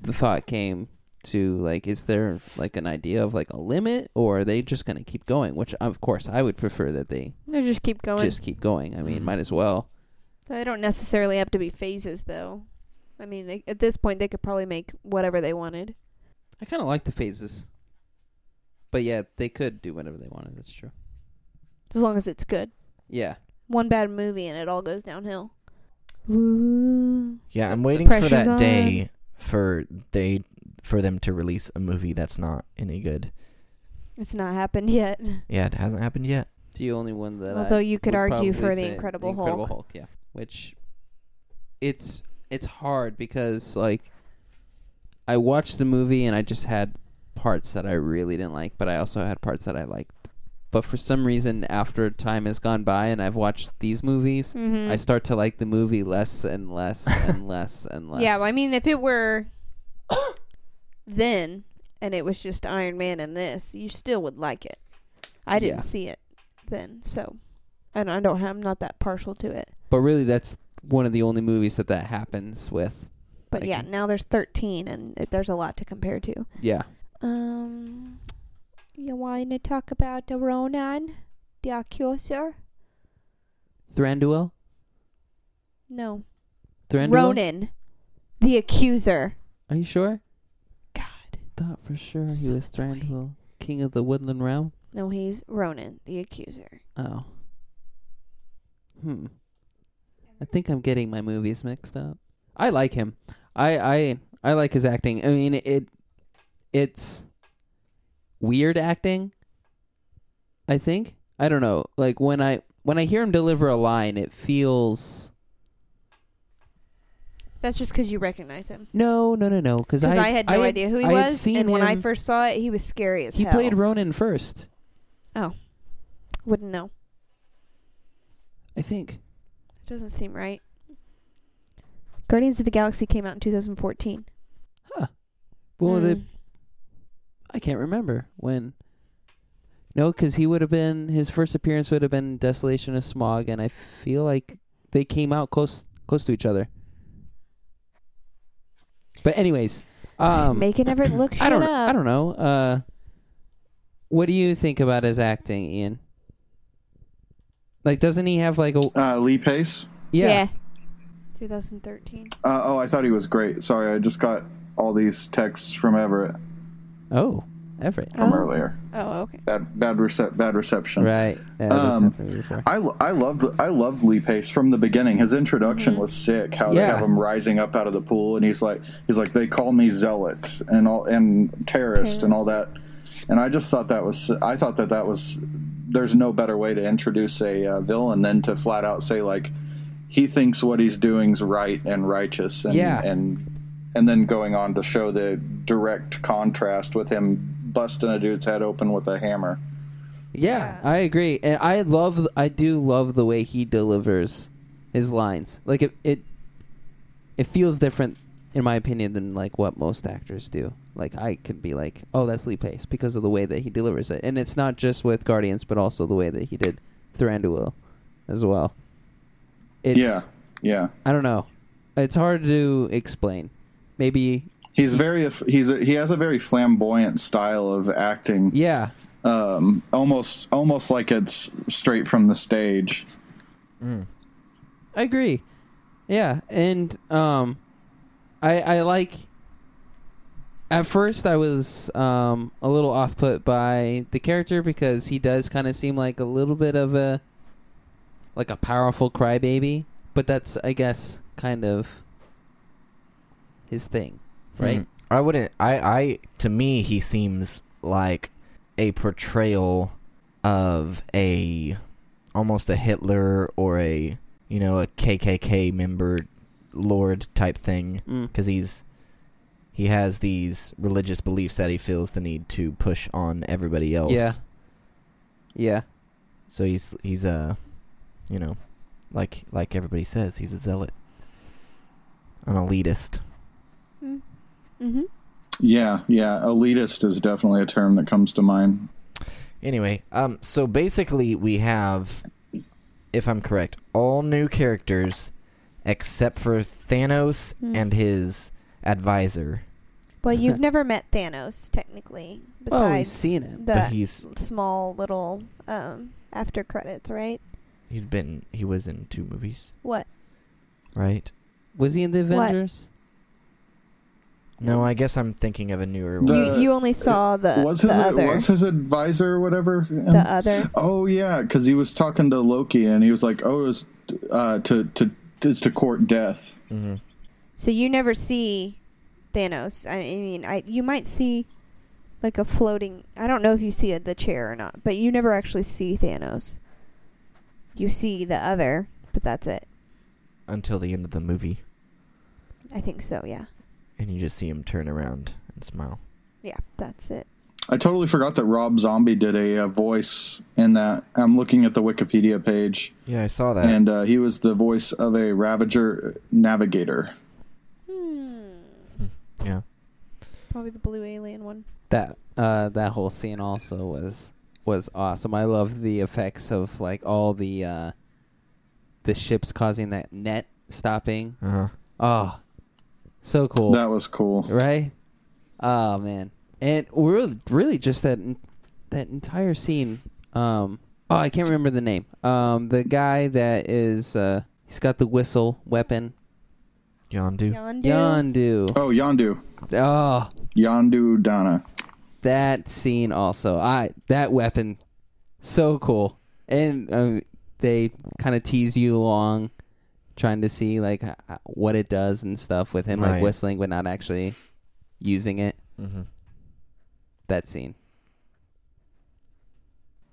[SPEAKER 3] the thought came to like is there like an idea of like a limit or are they just going to keep going which of course I would prefer that they
[SPEAKER 4] They just keep going.
[SPEAKER 3] just keep going I
[SPEAKER 2] Mm-hmm.
[SPEAKER 3] mean
[SPEAKER 1] Mhm.
[SPEAKER 3] might as well
[SPEAKER 4] they don't necessarily have to be phases, though. I mean, they, at this point, they could probably make whatever they wanted.
[SPEAKER 3] I kind of like the phases but yeah they could do whatever they wanted that's true
[SPEAKER 4] As long as it's good.
[SPEAKER 3] yeah
[SPEAKER 4] One bad movie and it all goes downhill. Ooh.
[SPEAKER 1] Yeah, I'm
[SPEAKER 3] The
[SPEAKER 1] waiting for
[SPEAKER 4] pressure's
[SPEAKER 1] that
[SPEAKER 4] on.
[SPEAKER 1] day for they for them to release a movie that's not any good.
[SPEAKER 4] It's not happened yet.
[SPEAKER 1] Yeah, it hasn't happened yet.
[SPEAKER 3] it's the only one that I
[SPEAKER 4] Although you could
[SPEAKER 3] would probably
[SPEAKER 4] argue for
[SPEAKER 3] say
[SPEAKER 4] the Incredible,
[SPEAKER 3] Incredible
[SPEAKER 4] Hulk.
[SPEAKER 3] Hulk yeah which it's it's hard because like I watched the movie and I just had parts that I really didn't like, but I also had parts that I liked. But for some reason, after time has gone by and I've watched these movies,
[SPEAKER 4] Mhm.
[SPEAKER 3] I start to like the movie less and
[SPEAKER 4] <laughs>
[SPEAKER 3] less and less and less.
[SPEAKER 4] Yeah, well, I mean, if it were <coughs> then and it was just Iron Man and this, you still would like it. I didn't
[SPEAKER 3] Yeah.
[SPEAKER 4] see it then, so and I don't. I'm not that partial to it.
[SPEAKER 3] but really, that's one of the only movies that that happens with.
[SPEAKER 4] But
[SPEAKER 3] Like
[SPEAKER 4] yeah,
[SPEAKER 3] you-
[SPEAKER 4] now there's 13, and it, there's a lot to compare to.
[SPEAKER 3] Yeah,
[SPEAKER 4] Um, you want to talk about the Ronan, the Accuser?
[SPEAKER 3] Thranduil.
[SPEAKER 4] No,
[SPEAKER 3] Thranduil.
[SPEAKER 4] Ronan, the Accuser.
[SPEAKER 3] Are you sure?
[SPEAKER 4] God,
[SPEAKER 3] Thought for sure he
[SPEAKER 4] So
[SPEAKER 3] was
[SPEAKER 4] annoying.
[SPEAKER 3] Thranduil, king of the woodland realm.
[SPEAKER 4] no, he's Ronan, the Accuser.
[SPEAKER 3] Oh. Hmm. I think I'm getting my movies mixed up. I like him. I I I like his acting. I mean it it's weird acting. I think. I don't know. Like when I when I hear him deliver a line, it feels
[SPEAKER 4] That's just because you recognize him.
[SPEAKER 3] no, no, no, no. Because
[SPEAKER 4] Because
[SPEAKER 3] I,
[SPEAKER 4] I, had no idea who he
[SPEAKER 3] I had
[SPEAKER 4] was,
[SPEAKER 3] seen
[SPEAKER 4] and when I
[SPEAKER 3] him-
[SPEAKER 4] first saw it, he was scary as
[SPEAKER 3] he
[SPEAKER 4] hell.
[SPEAKER 3] played Ronan first.
[SPEAKER 4] Wouldn't know.
[SPEAKER 3] I think.
[SPEAKER 4] It doesn't seem right. Guardians of the Galaxy came out in 2014.
[SPEAKER 3] Well, the
[SPEAKER 4] Mm.
[SPEAKER 3] I can't remember when. No, because he would have been his first appearance would have been Desolation of Smog, and I feel like they came out close close to each other. But anyways, um, <clears throat>
[SPEAKER 4] making Everett look shit
[SPEAKER 3] I don't
[SPEAKER 4] up.
[SPEAKER 3] I don't know. Uh, what do you think about his acting, Ian? Like, doesn't he have like a
[SPEAKER 2] Uh, Lee Pace.
[SPEAKER 3] yeah?
[SPEAKER 4] 2013.
[SPEAKER 2] Uh, oh, I thought he was great. Sorry, I just got all these texts from Everett
[SPEAKER 3] Oh, Everett.
[SPEAKER 2] from
[SPEAKER 4] Oh.
[SPEAKER 2] earlier.
[SPEAKER 4] Oh, okay.
[SPEAKER 2] Bad, bad, recep bad reception.
[SPEAKER 3] Right. Yeah, that's
[SPEAKER 2] Um,
[SPEAKER 3] happened before.
[SPEAKER 2] I, lo- I loved I loved Lee Pace from the beginning. His introduction was sick. How they
[SPEAKER 3] Mm-hmm. Yeah.
[SPEAKER 2] have him rising up out of the pool, and he's like he's like they call me zealot and all and terrorist and all that. And I just thought that was I thought that that was there's no better way to introduce a uh, villain than to flat out say like he thinks what he's doing's right and righteous and
[SPEAKER 3] Yeah.
[SPEAKER 2] and and then going on to show the direct contrast with him busting a dude's head open with a hammer.
[SPEAKER 3] Yeah, I agree, and I love, I do love the way he delivers his lines. Like it, it, it feels different, in my opinion, than like what most actors do. Like I could be like, oh, that's Lee Pace because of the way that he delivers it, and it's not just with Guardians, but also the way that he did Thranduil, as well. It's,
[SPEAKER 2] yeah, yeah.
[SPEAKER 3] I don't know, it's hard to explain. Maybe,
[SPEAKER 2] He's very he's a, he has a very flamboyant style of acting,
[SPEAKER 3] yeah,
[SPEAKER 2] um, almost almost like it's straight from the stage.
[SPEAKER 3] I agree. Yeah, and um, I I like. At first, I was um a little off put by the character because he does kind of seem like a little bit of a like a powerful crybaby, but that's I guess kind of his thing, Mm. right?
[SPEAKER 1] Mhm. I wouldn't. I. I. To me, he seems like a portrayal of a almost a Hitler or a you know a KKK member lord type thing
[SPEAKER 3] Mm.
[SPEAKER 1] because he's he has these religious beliefs that he feels the need to push on everybody else.
[SPEAKER 3] Yeah. Yeah.
[SPEAKER 1] So he's he's a you know like like everybody says he's a zealot, an elitist.
[SPEAKER 4] Mm-hmm.
[SPEAKER 2] Yeah, yeah. Elitist is definitely a term that comes to mind.
[SPEAKER 1] Anyway, um, so basically we have if I'm correct, all new characters except for Thanos
[SPEAKER 4] Hmm.
[SPEAKER 1] and his advisor.
[SPEAKER 4] Well, you've
[SPEAKER 3] <laughs>
[SPEAKER 4] never met Thanos technically. Besides
[SPEAKER 3] Well, we've seen him,
[SPEAKER 1] But
[SPEAKER 4] The
[SPEAKER 1] he's
[SPEAKER 4] small little um, after credits, right?
[SPEAKER 1] he's been he was in two movies,
[SPEAKER 4] What?
[SPEAKER 1] right?
[SPEAKER 3] Was he in the
[SPEAKER 4] What?
[SPEAKER 3] Avengers?
[SPEAKER 1] No, I guess I'm thinking of a newer
[SPEAKER 2] The-
[SPEAKER 1] one.
[SPEAKER 4] you you only saw the
[SPEAKER 2] Uh, was
[SPEAKER 4] the
[SPEAKER 2] his
[SPEAKER 4] other
[SPEAKER 2] was his advisor or whatever?
[SPEAKER 4] the other.
[SPEAKER 2] Oh yeah, because he was talking to Loki and he was like, "Oh, it's uh, to to it's to court death."
[SPEAKER 1] hmm
[SPEAKER 4] So you never see Thanos. I I mean, I you might see like a floating. I don't know if you see it the chair or not, but you never actually see Thanos. You see the other, but that's it.
[SPEAKER 1] Until the end of the movie,
[SPEAKER 4] I think so. Yeah,
[SPEAKER 1] and you just see him turn around and smile.
[SPEAKER 4] yeah, that's it.
[SPEAKER 2] I totally forgot that Rob Zombie did a, uh voice in that. I'm looking at the Wikipedia page,
[SPEAKER 1] Yeah, I saw that.
[SPEAKER 2] and uh, he was the voice of a Ravager navigator.
[SPEAKER 4] Hmm.
[SPEAKER 1] yeah,
[SPEAKER 4] It's probably the blue alien one.
[SPEAKER 3] That uh, that whole scene also was was awesome. I love the effects of like all the uh, the ships causing that net stopping.
[SPEAKER 1] uh huh.
[SPEAKER 3] Oh, so cool,
[SPEAKER 2] That was cool.
[SPEAKER 3] right? Oh man, and really, really just that that entire scene. Um, oh, I can't remember the name. Um, the guy that is uh, he's got the whistle weapon.
[SPEAKER 1] Yondu.
[SPEAKER 4] Yondu.
[SPEAKER 3] Yondu.
[SPEAKER 2] Oh, Yondu,
[SPEAKER 3] Oh,
[SPEAKER 2] Yondu Donna.
[SPEAKER 3] that scene also. I that weapon, so cool. And um, they kind of tease you along, trying to see like h- h- what it does and stuff with him
[SPEAKER 1] Right.
[SPEAKER 3] like whistling but not actually using it.
[SPEAKER 1] Mm-hmm.
[SPEAKER 3] That scene.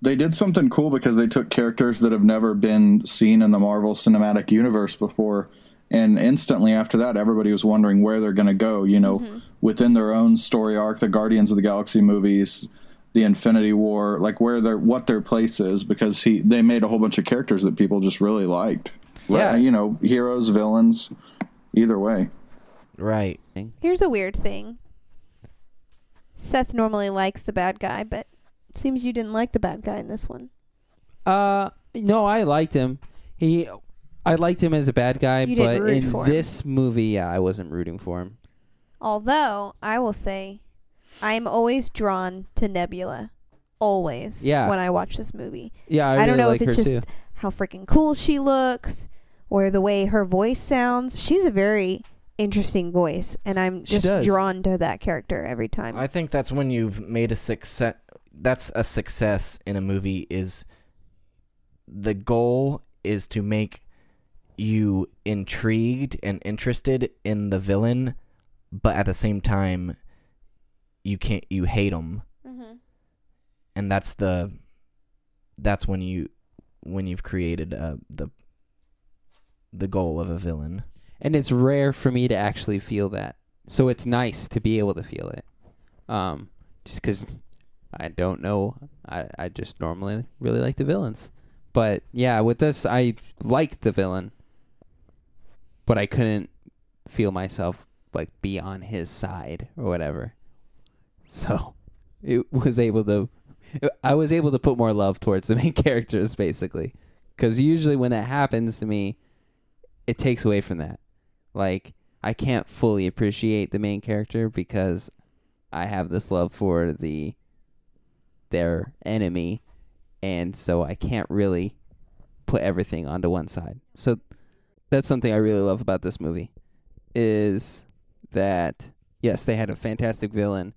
[SPEAKER 2] They did something cool because they took characters that have never been seen in the Marvel Cinematic Universe before, and instantly after that, everybody was wondering where they're going to go. You know, within their own story arc, the Guardians of the Galaxy movies, the Infinity War, like where their what their place is, because he they made a whole bunch of characters that people just really liked.
[SPEAKER 3] Yeah.
[SPEAKER 2] Right, you know, heroes, villains, either way.
[SPEAKER 1] Right.
[SPEAKER 4] Here's a weird thing. Seth normally likes the bad guy, but it seems you didn't like the bad guy in this one.
[SPEAKER 3] Uh, no, I liked him. He, I liked him as a bad guy,
[SPEAKER 4] You
[SPEAKER 3] but
[SPEAKER 4] didn't root
[SPEAKER 3] in
[SPEAKER 4] for him.
[SPEAKER 3] this movie, yeah, I wasn't rooting for him.
[SPEAKER 4] Although I will say, I'm always drawn to Nebula, always.
[SPEAKER 3] Yeah.
[SPEAKER 4] When I watch this movie,
[SPEAKER 3] Yeah, I,
[SPEAKER 4] I,
[SPEAKER 3] really
[SPEAKER 4] don't know
[SPEAKER 3] like
[SPEAKER 4] if it's
[SPEAKER 3] her
[SPEAKER 4] just
[SPEAKER 3] too.
[SPEAKER 4] how freaking cool she looks, or the way her voice sounds. She's a very interesting voice, and I'm
[SPEAKER 3] She
[SPEAKER 4] just
[SPEAKER 3] does.
[SPEAKER 4] drawn to that character every time.
[SPEAKER 1] I think that's when you've made a success. That's a success in a movie. Is the goal is to make you intrigued and interested in the villain, but at the same time, you can't you hate him,
[SPEAKER 4] mm-hmm.
[SPEAKER 1] and that's the that's when you when you've created uh, the the goal of a villain.
[SPEAKER 3] and it's rare for me to actually feel that. So it's nice to be able to feel it. Um, just because I don't know, I I just normally really like the villains, but yeah, with this I liked the villain, but I couldn't feel myself like be on his side or whatever. So <laughs> it was able to. I was able to put more love towards the main <laughs> characters, basically, because usually when that happens to me, it takes away from that. Like I can't fully appreciate the main character because I have this love for the their enemy and so I can't really put everything onto one side. So that's something I really love about this movie is that yes, they had a fantastic villain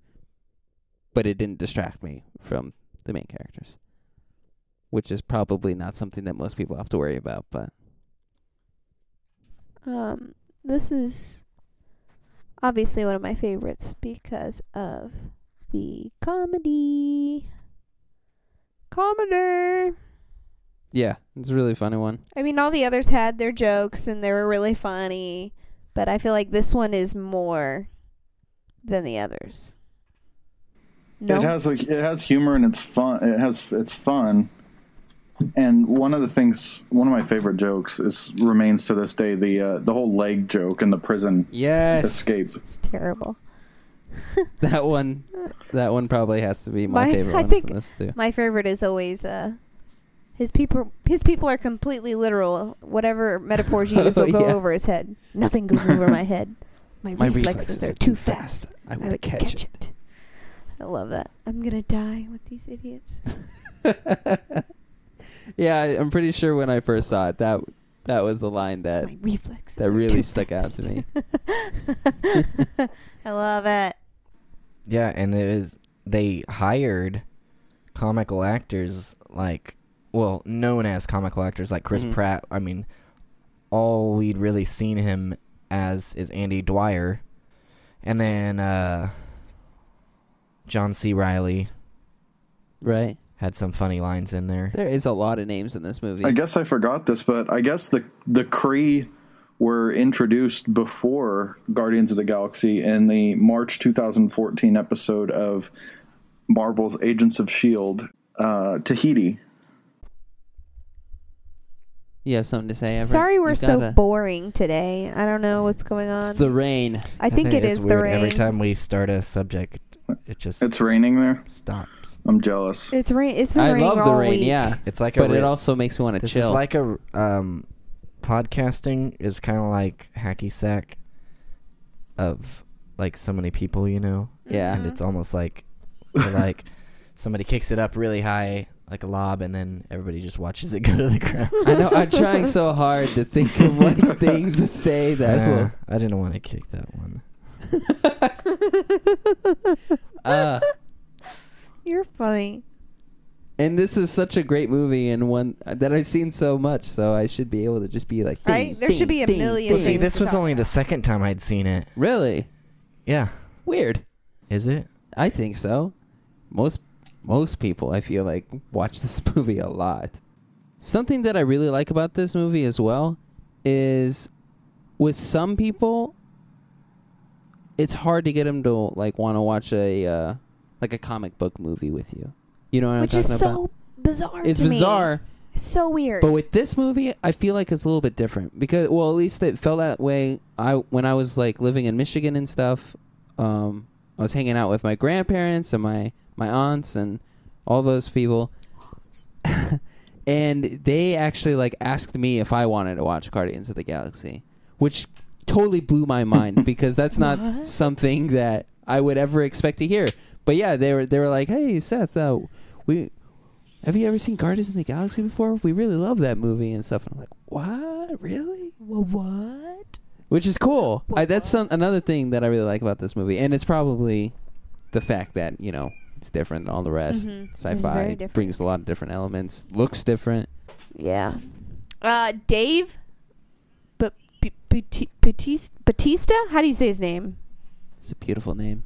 [SPEAKER 3] but it didn't distract me from the main characters. Which is probably not something that most people have to worry about, but
[SPEAKER 4] Um, this is obviously one of my favorites because of the comedy. Comedy.
[SPEAKER 3] Yeah, it's a really funny one.
[SPEAKER 4] I mean, all the others had their jokes and they were really funny, but I feel like this one is more than the others. No,
[SPEAKER 2] It has like it has humor and it's fun. It has it's fun. And one of the things, one of my favorite jokes is remains to this day the uh, the whole leg joke in the prison
[SPEAKER 3] Yes,
[SPEAKER 2] escape.
[SPEAKER 4] it's terrible.
[SPEAKER 3] <laughs> that one, that one probably has to be my,
[SPEAKER 4] My-
[SPEAKER 3] favorite
[SPEAKER 4] I
[SPEAKER 3] one
[SPEAKER 4] think-
[SPEAKER 3] from this too.
[SPEAKER 4] My favorite is always uh, His people, his people are completely literal. Whatever metaphors
[SPEAKER 3] <laughs>
[SPEAKER 4] you use will
[SPEAKER 3] Oh,
[SPEAKER 4] go
[SPEAKER 3] yeah.
[SPEAKER 4] over his head. Nothing goes over my
[SPEAKER 3] <laughs>
[SPEAKER 4] head. My, reflexes, are too fast.
[SPEAKER 3] I
[SPEAKER 4] I
[SPEAKER 3] would
[SPEAKER 4] would
[SPEAKER 3] catch, it.
[SPEAKER 4] I love that. I'm gonna die with these idiots.
[SPEAKER 3] <laughs> yeah, I, I'm pretty sure when I first saw it, that that was the line that
[SPEAKER 4] my reflexes.
[SPEAKER 3] that
[SPEAKER 4] are
[SPEAKER 3] really
[SPEAKER 4] too
[SPEAKER 3] stuck out to
[SPEAKER 4] fast.
[SPEAKER 3] me.
[SPEAKER 4] <laughs> I love it.
[SPEAKER 1] Yeah, and it was they hired comical actors like well, known as comical actors like Chris
[SPEAKER 3] Mhm.
[SPEAKER 1] Pratt. I mean, all we'd really seen him as is Andy Dwyer, and then uh, John C. Riley
[SPEAKER 3] Right?
[SPEAKER 1] had some funny lines in there.
[SPEAKER 3] There is a lot of names in this movie.
[SPEAKER 5] I guess I forgot this, but I guess the the Kree were introduced before Guardians of the Galaxy in the March 2014 episode of Marvel's Agents of
[SPEAKER 2] E
[SPEAKER 5] Shield, uh, Tahiti.
[SPEAKER 3] you have something to say? Everett?
[SPEAKER 4] Sorry, we're
[SPEAKER 3] You've
[SPEAKER 4] so
[SPEAKER 3] gotta-
[SPEAKER 4] boring today. I don't know what's going
[SPEAKER 3] It's
[SPEAKER 4] on.
[SPEAKER 3] the rain.
[SPEAKER 4] I think it
[SPEAKER 1] it's
[SPEAKER 4] is the
[SPEAKER 1] weird.
[SPEAKER 4] rain.
[SPEAKER 1] Every time we start a subject, it just
[SPEAKER 5] It's raining there.
[SPEAKER 1] stops.
[SPEAKER 5] I'm jealous.
[SPEAKER 4] It's rain. It's been
[SPEAKER 3] I
[SPEAKER 4] raining
[SPEAKER 3] love the
[SPEAKER 4] all
[SPEAKER 3] rain.
[SPEAKER 4] week.
[SPEAKER 3] Yeah,
[SPEAKER 1] It's like a
[SPEAKER 3] but it
[SPEAKER 1] ra-
[SPEAKER 3] also makes me want to
[SPEAKER 1] This
[SPEAKER 3] chill.
[SPEAKER 1] is like a um, podcasting is kind of like hacky sack of like so many people, you know,
[SPEAKER 3] yeah,
[SPEAKER 4] Mm-hmm.
[SPEAKER 1] and
[SPEAKER 4] Uh-huh.
[SPEAKER 1] it's almost like you're like somebody kicks it up really high like a lob, and then everybody just watches it go to the ground.
[SPEAKER 3] I know. I'm trying so hard to think
[SPEAKER 1] <laughs>
[SPEAKER 3] of like things to say that
[SPEAKER 1] Uh,
[SPEAKER 3] will.
[SPEAKER 1] I didn't want to kick that one.
[SPEAKER 4] <laughs>
[SPEAKER 3] Uh,
[SPEAKER 4] You're funny.
[SPEAKER 3] and this is such a great movie and one that I've seen so much, so I should be able to just be like, ding,
[SPEAKER 4] Right? There should
[SPEAKER 3] ding,
[SPEAKER 4] be a
[SPEAKER 3] ding,
[SPEAKER 4] million
[SPEAKER 1] Well, see,
[SPEAKER 3] ding.
[SPEAKER 4] things
[SPEAKER 1] this
[SPEAKER 4] to
[SPEAKER 1] was
[SPEAKER 4] talk
[SPEAKER 1] only the
[SPEAKER 4] about.
[SPEAKER 1] second time I'd seen it.
[SPEAKER 3] Really
[SPEAKER 1] Yeah,
[SPEAKER 3] weird.
[SPEAKER 1] is it?
[SPEAKER 3] I think so. Most most people, I feel like, watch <laughs> this movie a lot. Something that I really like about this movie as well is with some people, it's hard to get them to like want to watch a uh, like a comic book movie with you. You know what
[SPEAKER 4] Which
[SPEAKER 3] I'm
[SPEAKER 4] is
[SPEAKER 3] talking
[SPEAKER 4] so
[SPEAKER 3] about?
[SPEAKER 4] bizarre.
[SPEAKER 3] It's
[SPEAKER 4] to me.
[SPEAKER 3] bizarre.
[SPEAKER 4] So weird.
[SPEAKER 3] But with this movie, I feel like it's a little bit different because, well, at least it felt that way. I when I was like living in Michigan and stuff, um, I was hanging out with my grandparents and my my aunts and all those people, and they actually like asked me if I wanted to watch Guardians of the Galaxy, which totally blew my
[SPEAKER 4] <laughs>
[SPEAKER 3] mind because that's not
[SPEAKER 4] What?
[SPEAKER 3] something that I would ever expect to hear. But yeah, they were they were like, "Hey, Seth, uh, we have you ever seen Guardians of the Galaxy before? We really love that movie and stuff. And I'm like, what? Really?
[SPEAKER 4] what?
[SPEAKER 3] Which is cool. I, that's some, another thing that I really like about this movie, and it's probably the fact that you know it's different than all the rest.
[SPEAKER 4] Mhm. It's very
[SPEAKER 3] Sci-fi
[SPEAKER 4] different.
[SPEAKER 3] brings a lot of different elements. Looks different.
[SPEAKER 4] Yeah. Uh, Dave, but Batista. Batista. How do you say his name?
[SPEAKER 3] It's a beautiful name.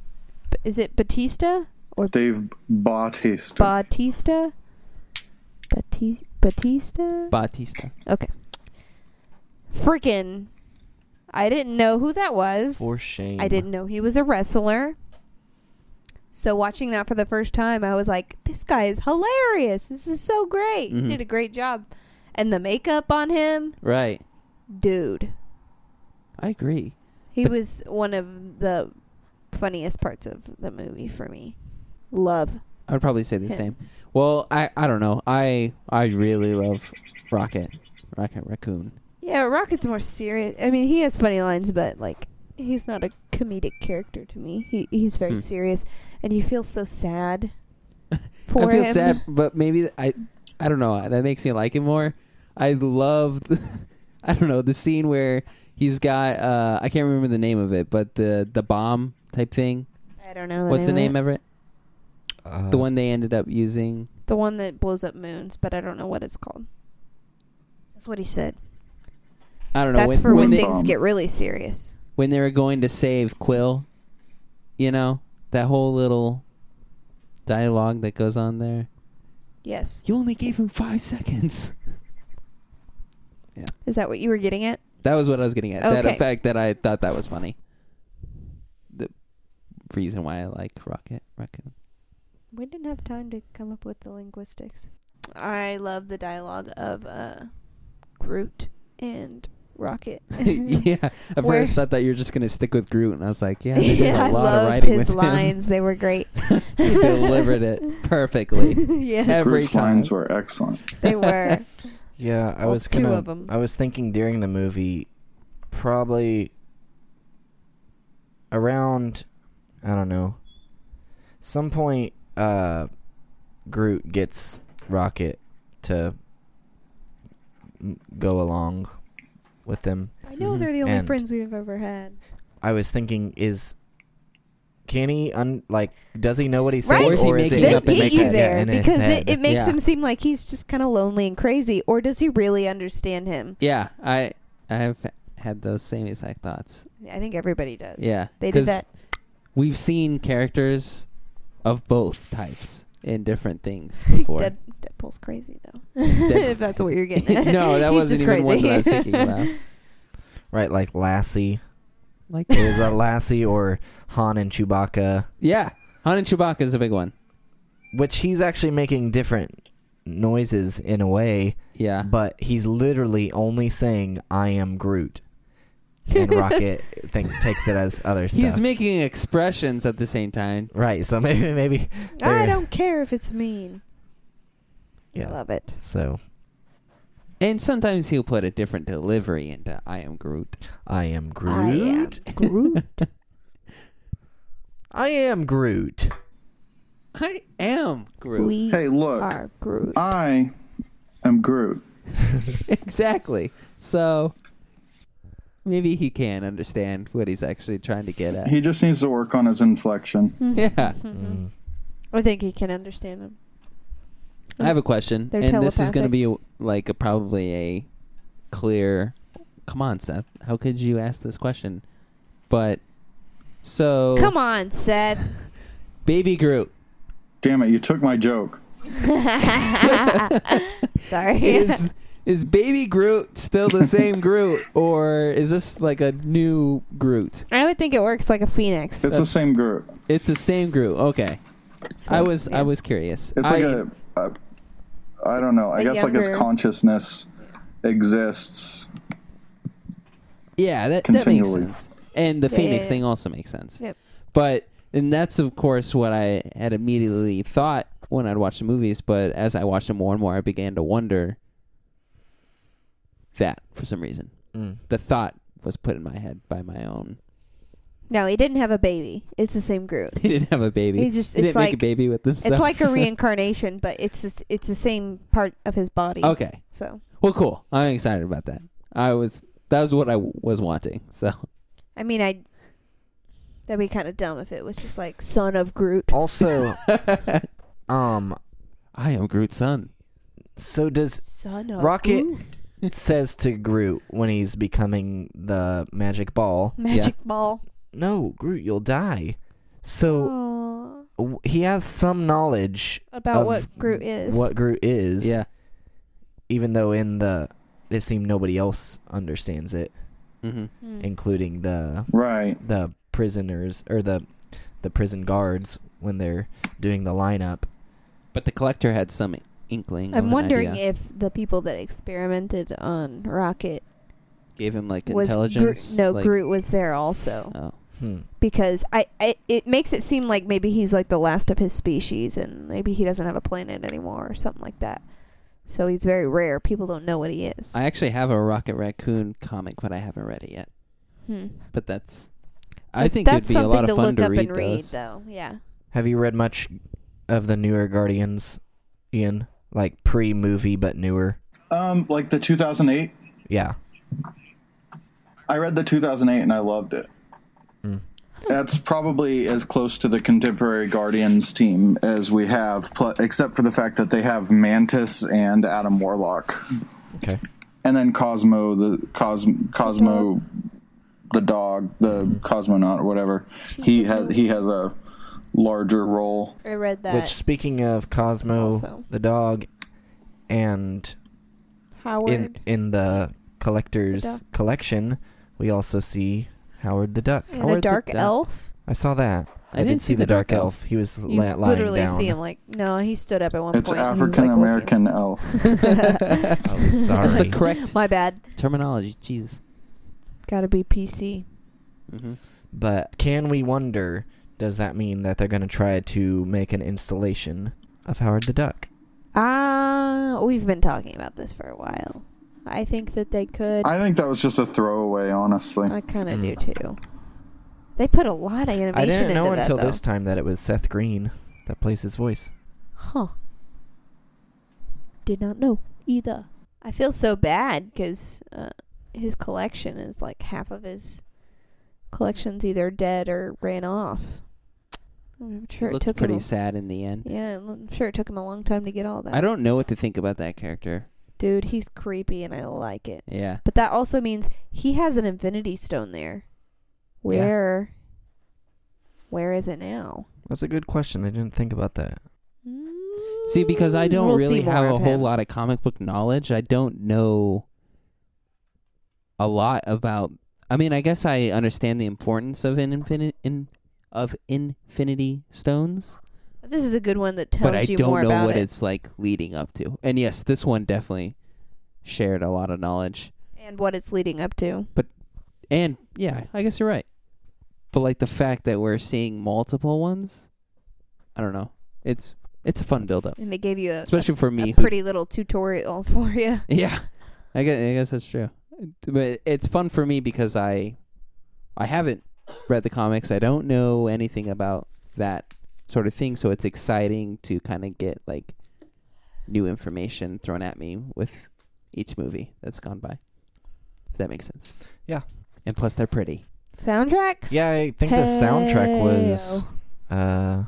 [SPEAKER 4] B- Is it Batista?
[SPEAKER 5] Dave Bautista.
[SPEAKER 4] Batista. Batista. Batista.
[SPEAKER 3] Batista.
[SPEAKER 4] okay. Freaking! I didn't know who that was.
[SPEAKER 1] For shame.
[SPEAKER 4] I didn't know he was a wrestler. So watching that for the first time, I was like, "This guy is hilarious! This is so great! He
[SPEAKER 1] Mm-hmm.
[SPEAKER 3] Mhm.
[SPEAKER 4] did a great job." And the makeup on him,
[SPEAKER 3] Right.
[SPEAKER 4] dude,
[SPEAKER 3] I agree.
[SPEAKER 4] he
[SPEAKER 3] But-
[SPEAKER 4] was one of the funniest parts of the movie for me. Love.
[SPEAKER 3] I would probably say the
[SPEAKER 4] Yeah.
[SPEAKER 3] same. Well, I I don't know. I I really love Rocket. Rocket Raccoon. <laughs>
[SPEAKER 4] Yeah, Rocket's more serious. I mean, he has funny lines, but like he's not a comedic character to me. He he's very
[SPEAKER 3] Hmm.
[SPEAKER 4] serious, and you feel so sad for
[SPEAKER 3] I feel
[SPEAKER 4] him.
[SPEAKER 3] sad, but maybe I I don't know. That makes me like him more. I love <laughs> I don't know the scene where he's got uh I can't remember the name of it, but the the bomb type thing.
[SPEAKER 4] I don't know. The
[SPEAKER 3] What's the
[SPEAKER 4] name of
[SPEAKER 3] name, Everett?
[SPEAKER 4] it.
[SPEAKER 1] Uh,
[SPEAKER 3] the one they ended up using.
[SPEAKER 4] The one that blows up moons, but I don't know what it's called. That's what he said.
[SPEAKER 3] I don't know.
[SPEAKER 4] That's
[SPEAKER 3] when,
[SPEAKER 4] for when
[SPEAKER 3] when they
[SPEAKER 4] things
[SPEAKER 5] Um,
[SPEAKER 4] get really serious.
[SPEAKER 3] when they were going to save Quill, you know that whole little dialogue that goes on there.
[SPEAKER 4] Yes.
[SPEAKER 3] You only gave him five seconds.
[SPEAKER 4] Is that what you were getting at?
[SPEAKER 3] That was what I was getting at. That
[SPEAKER 4] Okay.
[SPEAKER 3] effect that I thought that was funny. The reason why I like Rocket
[SPEAKER 4] <laughs>
[SPEAKER 3] Raccoon. <laughs>
[SPEAKER 4] We didn't have time to come up with the linguistics. I love the dialogue of uh, Groot and Rocket.
[SPEAKER 3] yeah, at
[SPEAKER 4] Where-
[SPEAKER 3] first I thought you were just gonna stick with Groot, and I was like, yeah,
[SPEAKER 4] <laughs>
[SPEAKER 3] they did
[SPEAKER 4] yeah, I
[SPEAKER 3] a lot of
[SPEAKER 4] loved
[SPEAKER 3] writing
[SPEAKER 4] his
[SPEAKER 3] with
[SPEAKER 4] lines. <laughs> They were great.
[SPEAKER 3] him. <laughs> he delivered it perfectly.
[SPEAKER 4] <laughs> yes,
[SPEAKER 3] Every
[SPEAKER 5] Groot's
[SPEAKER 3] time.
[SPEAKER 5] lines were excellent.
[SPEAKER 4] they were.
[SPEAKER 1] Yeah, I
[SPEAKER 4] Well,
[SPEAKER 1] was
[SPEAKER 4] two
[SPEAKER 1] gonna.
[SPEAKER 4] of 'em.
[SPEAKER 1] I was thinking during the movie, probably around, I don't know, some point. Uh, Groot gets Rocket to m- go along with them.
[SPEAKER 4] <laughs> I
[SPEAKER 3] know Mhm. they're
[SPEAKER 4] the
[SPEAKER 1] only And- friends
[SPEAKER 4] we've ever had.
[SPEAKER 1] I was thinking, is can he un like does he know what he's
[SPEAKER 4] Right.
[SPEAKER 1] saying,
[SPEAKER 4] Or is
[SPEAKER 3] he
[SPEAKER 1] is
[SPEAKER 3] making
[SPEAKER 1] it
[SPEAKER 3] They
[SPEAKER 4] They
[SPEAKER 3] up in
[SPEAKER 4] get
[SPEAKER 3] his
[SPEAKER 4] you
[SPEAKER 3] head.
[SPEAKER 4] there
[SPEAKER 1] in his
[SPEAKER 4] because
[SPEAKER 1] head?
[SPEAKER 4] it, it makes
[SPEAKER 3] Yeah.
[SPEAKER 4] him seem like he's just kind of lonely and crazy, or does he really understand him?
[SPEAKER 3] yeah, I I've had those same exact thoughts.
[SPEAKER 4] I think everybody does.
[SPEAKER 3] Yeah,
[SPEAKER 4] They did
[SPEAKER 3] 'cause
[SPEAKER 4] that.
[SPEAKER 3] We've seen characters of both types in different things before.
[SPEAKER 4] <laughs> Dead, Deadpool's crazy though.
[SPEAKER 3] Deadpool's
[SPEAKER 4] if that's what
[SPEAKER 3] crazy.
[SPEAKER 4] you're getting.
[SPEAKER 3] <laughs>
[SPEAKER 4] at.
[SPEAKER 3] no, that
[SPEAKER 4] He's
[SPEAKER 3] wasn't
[SPEAKER 4] just
[SPEAKER 3] even one
[SPEAKER 4] crazy.
[SPEAKER 3] that I was thinking
[SPEAKER 4] <laughs>
[SPEAKER 3] about.
[SPEAKER 1] right? Like Lassie,
[SPEAKER 3] Like,
[SPEAKER 1] it was a Lassie or Han and Chewbacca.
[SPEAKER 3] yeah, Han and Chewbacca is a big one.
[SPEAKER 1] which he's actually making different noises in a way,
[SPEAKER 3] Yeah,
[SPEAKER 1] but he's literally only saying "I am Groot," and Rocket think, takes it as other stuff.
[SPEAKER 3] he's making expressions at the same time.
[SPEAKER 1] right, so maybe maybe
[SPEAKER 4] I
[SPEAKER 1] they're-
[SPEAKER 4] don't care if it's mean. I
[SPEAKER 1] yeah.
[SPEAKER 4] love it.
[SPEAKER 1] So
[SPEAKER 3] And sometimes he'll put a different delivery into I am Groot.
[SPEAKER 1] I am Groot.
[SPEAKER 4] I am Groot.
[SPEAKER 1] I am Groot.
[SPEAKER 3] I am Groot.
[SPEAKER 4] we
[SPEAKER 5] Hey, look,
[SPEAKER 4] are Groot.
[SPEAKER 2] Uh,
[SPEAKER 5] I am Groot.
[SPEAKER 3] <laughs> exactly. So maybe he can understand what he's actually trying to get at.
[SPEAKER 5] He just needs to work on his
[SPEAKER 4] Hmm.
[SPEAKER 5] inflection.
[SPEAKER 3] <laughs> yeah.
[SPEAKER 1] Mm.
[SPEAKER 4] I think he can understand him. <laughs>
[SPEAKER 3] I have a question,
[SPEAKER 4] They're
[SPEAKER 3] and this is going to
[SPEAKER 4] telepathic.
[SPEAKER 3] be like a, probably a clear. Come on, Seth. How could you ask this question? But so
[SPEAKER 4] Come on, Seth.
[SPEAKER 3] <laughs> baby Groot
[SPEAKER 5] Damn it, you took my joke.
[SPEAKER 4] <laughs> Sorry.
[SPEAKER 3] <laughs> is is baby Groot still the same Groot, or is this like a new Groot?
[SPEAKER 4] <laughs> I would think it works like a phoenix.
[SPEAKER 5] It's the same Groot.
[SPEAKER 3] It's the same Groot. Okay,
[SPEAKER 4] So,
[SPEAKER 3] I was
[SPEAKER 4] yeah.
[SPEAKER 3] I was curious.
[SPEAKER 5] It's
[SPEAKER 3] I,
[SPEAKER 5] like a, a I don't know. I
[SPEAKER 4] A
[SPEAKER 5] guess like his
[SPEAKER 4] younger-
[SPEAKER 5] consciousness exists.
[SPEAKER 3] Yeah, that, that makes
[SPEAKER 5] Continually.
[SPEAKER 3] sense. And the
[SPEAKER 4] Yeah,
[SPEAKER 3] Phoenix
[SPEAKER 4] yeah,
[SPEAKER 3] thing
[SPEAKER 4] yeah.
[SPEAKER 3] also makes sense.
[SPEAKER 4] Yep.
[SPEAKER 3] But and that's of course what I had immediately thought when I'd watched the movies, but as I watched them more and more I began to wonder that for some reason.
[SPEAKER 1] Mm.
[SPEAKER 3] The thought was put in my head by my own. <laughs>
[SPEAKER 4] No, he didn't have a baby. It's the same Groot.
[SPEAKER 3] He didn't have a baby.
[SPEAKER 4] He just-
[SPEAKER 3] He didn't
[SPEAKER 4] it's
[SPEAKER 3] make a
[SPEAKER 4] like-
[SPEAKER 3] baby with himself. <laughs>
[SPEAKER 4] It's like a reincarnation, but it's just, it's the same part of his body.
[SPEAKER 3] Okay.
[SPEAKER 4] So
[SPEAKER 3] Well, cool. I'm excited about that. I was that was what I w- was wanting. So <laughs>
[SPEAKER 4] I mean, I that'd be kind of dumb if it was just like son of Groot. <laughs>
[SPEAKER 1] Also, um,
[SPEAKER 3] I am Groot's son.
[SPEAKER 1] so does
[SPEAKER 4] Son of
[SPEAKER 1] Rocket <laughs>
[SPEAKER 4] Groot.
[SPEAKER 1] says to Groot when he's becoming the magic ball.
[SPEAKER 4] magic ball.
[SPEAKER 1] No, Groot, you'll die. So
[SPEAKER 4] Aw.
[SPEAKER 1] w- he has some knowledge
[SPEAKER 4] About
[SPEAKER 1] of
[SPEAKER 4] what Groot is.
[SPEAKER 1] what Groot is.
[SPEAKER 3] Yeah.
[SPEAKER 1] Even though in the it seemed nobody else understands it,
[SPEAKER 3] Mm-hmm.
[SPEAKER 4] Hmm.
[SPEAKER 1] including the
[SPEAKER 5] Right.
[SPEAKER 1] the prisoners or the the prison guards when they're doing the lineup.
[SPEAKER 3] But the collector had some inkling. of
[SPEAKER 4] I'm
[SPEAKER 3] an
[SPEAKER 4] wondering
[SPEAKER 3] idea.
[SPEAKER 4] if the people that experimented on Rocket
[SPEAKER 3] gave him like
[SPEAKER 4] was
[SPEAKER 3] intelligence.
[SPEAKER 4] Groot, no
[SPEAKER 3] like,
[SPEAKER 4] Groot was there also
[SPEAKER 3] Oh,
[SPEAKER 1] Hmm.
[SPEAKER 4] because I, I it makes it seem like maybe he's like the last of his species and maybe he doesn't have a planet anymore or something like that. So he's very rare. People don't know what he is.
[SPEAKER 3] I actually have a Rocket Raccoon comic, but I haven't read it yet.
[SPEAKER 4] Hmm.
[SPEAKER 3] But that's, I
[SPEAKER 4] That's-
[SPEAKER 3] think
[SPEAKER 4] that's
[SPEAKER 3] it'd be a lot
[SPEAKER 4] something
[SPEAKER 3] of fun
[SPEAKER 4] look
[SPEAKER 3] to
[SPEAKER 4] up
[SPEAKER 3] read
[SPEAKER 4] and
[SPEAKER 3] <laughs>
[SPEAKER 4] read
[SPEAKER 3] those.
[SPEAKER 4] though. Yeah.
[SPEAKER 1] Have you read much of the newer Guardians, Ian? Like pre movie but newer.
[SPEAKER 5] Um, like the 2008.
[SPEAKER 1] Yeah.
[SPEAKER 5] I read the 2008 and I loved it. That's probably as close to the contemporary Guardians team as we have, pl- except for the fact that they have Mantis and Adam Warlock,
[SPEAKER 1] Okay.
[SPEAKER 5] and then Cosmo, the Cosmo, Cosmo, the dog, the cosmonaut or whatever. He has he has a larger role.
[SPEAKER 4] I read that.
[SPEAKER 1] Which speaking of Cosmo
[SPEAKER 4] Also.
[SPEAKER 1] the dog and
[SPEAKER 4] Howard.
[SPEAKER 1] in in the collector's
[SPEAKER 4] The duck.
[SPEAKER 1] collection, we also see Howard the Duck.
[SPEAKER 4] and
[SPEAKER 3] Howard
[SPEAKER 4] a
[SPEAKER 3] the
[SPEAKER 4] dark
[SPEAKER 3] Duck.
[SPEAKER 4] elf.
[SPEAKER 1] I saw that.
[SPEAKER 3] I didn't see the dark elf.
[SPEAKER 1] He was
[SPEAKER 4] You
[SPEAKER 1] la- lying
[SPEAKER 4] literally
[SPEAKER 1] down.
[SPEAKER 4] see him like no, he stood up at one
[SPEAKER 5] It's
[SPEAKER 4] point. and he was, like,
[SPEAKER 5] African
[SPEAKER 4] <laughs>
[SPEAKER 5] American
[SPEAKER 4] looking.
[SPEAKER 5] elf.
[SPEAKER 1] Oh, sorry.
[SPEAKER 3] That's the <laughs> correct
[SPEAKER 4] My bad.
[SPEAKER 3] terminology. Jesus.
[SPEAKER 4] Gotta be PC.
[SPEAKER 3] Mm-hmm.
[SPEAKER 1] But can we wonder? Does that mean that they're going to try to make an installation of Howard the Duck?
[SPEAKER 4] Ah, we've been talking about this for a while. I think that they could. I,
[SPEAKER 5] I think that was just a throwaway, honestly.
[SPEAKER 4] kind of
[SPEAKER 1] Mm.
[SPEAKER 4] do too. They put a lot of animation
[SPEAKER 1] I didn't
[SPEAKER 4] into
[SPEAKER 1] know
[SPEAKER 4] that,
[SPEAKER 1] until
[SPEAKER 4] though.
[SPEAKER 1] this time that it was Seth Green that plays his voice.
[SPEAKER 4] Huh. Did not know either. I feel so bad because uh, his collection is like half of his collection's either dead or ran off. I'm sure
[SPEAKER 3] it
[SPEAKER 4] it,
[SPEAKER 3] looked
[SPEAKER 4] took
[SPEAKER 3] pretty
[SPEAKER 4] him. a-
[SPEAKER 3] sad in the end.
[SPEAKER 4] yeah, I'm sure it took him a long time to get all that.
[SPEAKER 3] I don't know what to think about that character.
[SPEAKER 4] Dude, he's creepy and I like it.
[SPEAKER 3] Yeah.
[SPEAKER 4] But that also means he has an Infinity Stone there. Where? Where is it now?
[SPEAKER 1] That's a good question. I didn't think about that.
[SPEAKER 3] See, because I
[SPEAKER 4] Mm,
[SPEAKER 3] don't
[SPEAKER 4] we'll
[SPEAKER 3] really
[SPEAKER 4] see
[SPEAKER 3] have
[SPEAKER 4] more
[SPEAKER 3] a
[SPEAKER 4] of
[SPEAKER 3] whole
[SPEAKER 4] him.
[SPEAKER 3] lot of comic book knowledge. I don't know a lot about. I mean, I guess I understand the importance of an infinite in, of Infinity Stones,
[SPEAKER 4] This is a good one that tells
[SPEAKER 3] but I
[SPEAKER 4] you
[SPEAKER 3] don't
[SPEAKER 4] more
[SPEAKER 3] know
[SPEAKER 4] about
[SPEAKER 3] what
[SPEAKER 4] it.
[SPEAKER 3] it's like leading up to. And yes, this one definitely shared a lot of knowledge.
[SPEAKER 4] and what it's leading up to.
[SPEAKER 3] And yeah, I guess you're right. But like the fact that we're seeing multiple ones, I don't know. It's it's a fun build up,
[SPEAKER 4] And they gave you a,
[SPEAKER 3] especially for
[SPEAKER 4] a
[SPEAKER 3] me. who
[SPEAKER 4] pretty little tutorial <laughs> for you.
[SPEAKER 3] Yeah, I guess, I guess that's true. But it's fun for me because I, I haven't read the comics. I don't know anything about that sort of thing. So it's exciting to kind of get like new information thrown at me with each movie that's gone by. If that makes sense.
[SPEAKER 1] Yeah.
[SPEAKER 3] And plus, they're pretty.
[SPEAKER 4] Soundtrack?
[SPEAKER 1] Yeah, I think the soundtrack was uh,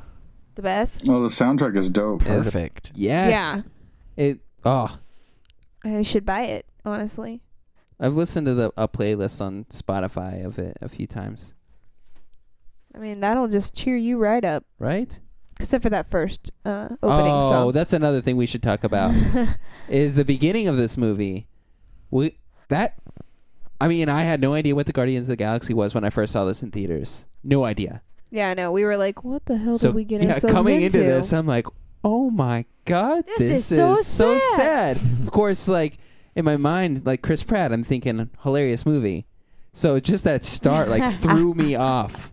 [SPEAKER 4] the best.
[SPEAKER 5] Oh, the soundtrack is dope. <laughs>
[SPEAKER 3] Is-
[SPEAKER 1] perfect.
[SPEAKER 3] Yes.
[SPEAKER 4] Yeah.
[SPEAKER 3] It. Oh,
[SPEAKER 4] I should buy it, honestly.
[SPEAKER 3] I've listened to the a playlist on Spotify of it a few times.
[SPEAKER 4] I mean, that'll just cheer you right up.
[SPEAKER 3] Right.
[SPEAKER 4] Except for that first uh, opening
[SPEAKER 3] oh,
[SPEAKER 4] song.
[SPEAKER 3] that's another thing we should talk
[SPEAKER 4] <laughs>
[SPEAKER 3] about. is the beginning of this movie. We that I mean, I had no idea what the Guardians of the Galaxy was when I first saw this in theaters. No idea.
[SPEAKER 4] yeah, I know. We were like, what the hell
[SPEAKER 3] so
[SPEAKER 4] did we get
[SPEAKER 3] yeah,
[SPEAKER 4] ourselves
[SPEAKER 3] coming
[SPEAKER 4] into?
[SPEAKER 3] this, uh, I'm like, "Oh my god,
[SPEAKER 4] This
[SPEAKER 3] this,
[SPEAKER 4] is so
[SPEAKER 3] sad."
[SPEAKER 4] sad.
[SPEAKER 3] of course, like in my mind, like Chris Pratt, I'm thinking hilarious movie. So just that start
[SPEAKER 4] <laughs>
[SPEAKER 3] like threw me off.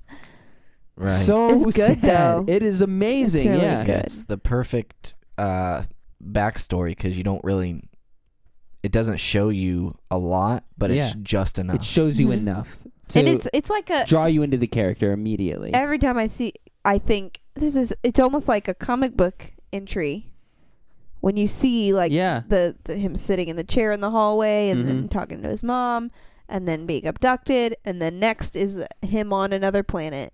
[SPEAKER 1] Right.
[SPEAKER 3] So
[SPEAKER 4] It's good,
[SPEAKER 3] sad.
[SPEAKER 4] though.
[SPEAKER 3] It is amazing.
[SPEAKER 4] really
[SPEAKER 3] yeah.
[SPEAKER 4] good.
[SPEAKER 1] it's the perfect uh, backstory because you don't really. It doesn't show you a lot, but it's
[SPEAKER 3] Yeah.
[SPEAKER 1] just enough.
[SPEAKER 3] It shows you
[SPEAKER 4] Mhm.
[SPEAKER 3] enough to
[SPEAKER 4] and it's it's like a
[SPEAKER 3] draw you into the character immediately.
[SPEAKER 4] every time I see I think this is it's almost like a comic book entry when you see like
[SPEAKER 3] yeah.
[SPEAKER 4] the, the him sitting in the chair in the hallway and then
[SPEAKER 3] Mhm.
[SPEAKER 4] talking to his mom and then being abducted and then next is him on another planet.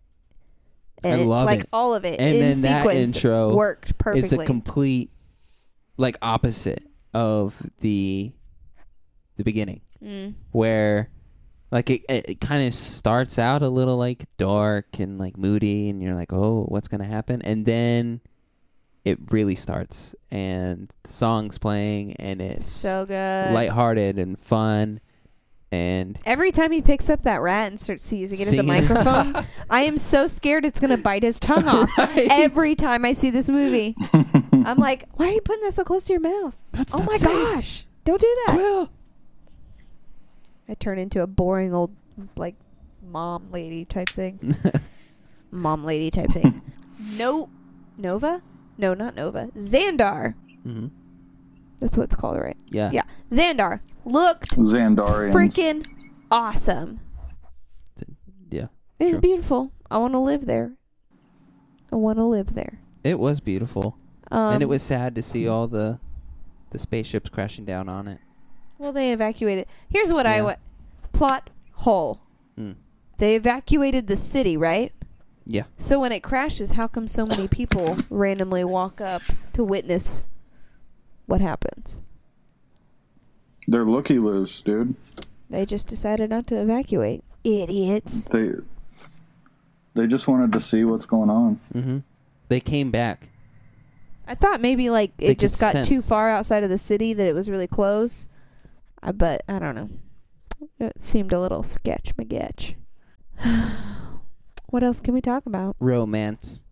[SPEAKER 4] And
[SPEAKER 3] I love
[SPEAKER 4] like
[SPEAKER 3] it.
[SPEAKER 4] all of it
[SPEAKER 3] And
[SPEAKER 4] in
[SPEAKER 3] then that
[SPEAKER 4] sequence
[SPEAKER 3] intro
[SPEAKER 4] worked
[SPEAKER 3] It's
[SPEAKER 4] perfectly.
[SPEAKER 3] a complete like opposite of the the beginning
[SPEAKER 4] mm.
[SPEAKER 3] where like it, it, it kind of starts out a little like dark and like moody and you're like, "Oh, what's going to happen?" And then it really starts and the song's playing and it's
[SPEAKER 4] So good.
[SPEAKER 3] lighthearted and fun and
[SPEAKER 4] Every time he picks up that rat and starts using it as a
[SPEAKER 3] Singing. <laughs>
[SPEAKER 4] microphone, I am so scared it's going to bite his tongue off.
[SPEAKER 3] Right.
[SPEAKER 4] Every time I see this movie, I'm like, why are you putting that so close to your mouth?
[SPEAKER 3] that's
[SPEAKER 4] oh
[SPEAKER 3] not
[SPEAKER 4] my
[SPEAKER 3] safe.
[SPEAKER 4] gosh. Don't do that.
[SPEAKER 3] Quill.
[SPEAKER 4] I turn into a boring old, like, mom lady type thing. Mom lady type thing. no. Nova? No, not Nova. Xandar.
[SPEAKER 3] Mhm.
[SPEAKER 4] That's what it's called, right?
[SPEAKER 3] Yeah.
[SPEAKER 4] Yeah. Xandar looked
[SPEAKER 5] Xandarians.
[SPEAKER 4] freaking awesome.
[SPEAKER 3] Yeah.
[SPEAKER 4] It's
[SPEAKER 3] True.
[SPEAKER 4] beautiful. I want to live there. I want to live there.
[SPEAKER 3] It was beautiful.
[SPEAKER 4] Um,
[SPEAKER 3] and it was sad to see all the the spaceships crashing down on it.
[SPEAKER 4] well. They evacuated. Here's what I
[SPEAKER 3] Yeah.
[SPEAKER 4] wa- plot hole.
[SPEAKER 3] Hmm.
[SPEAKER 4] They evacuated the city, right?
[SPEAKER 3] Yeah.
[SPEAKER 4] So when it crashes, how come so many people randomly walk up to witness what happens?
[SPEAKER 5] They're looky loos, dude.
[SPEAKER 4] They just decided not to evacuate. Idiots.
[SPEAKER 5] They they just wanted to see what's going on.
[SPEAKER 3] Mm-hmm. They came back.
[SPEAKER 4] I thought maybe like
[SPEAKER 3] They
[SPEAKER 4] it
[SPEAKER 3] could
[SPEAKER 4] just got too
[SPEAKER 3] sense.
[SPEAKER 4] far outside of the city that it was really close. I but I don't know. It seemed a little sketch <sighs> magetch. what else can we talk about?
[SPEAKER 3] Romance.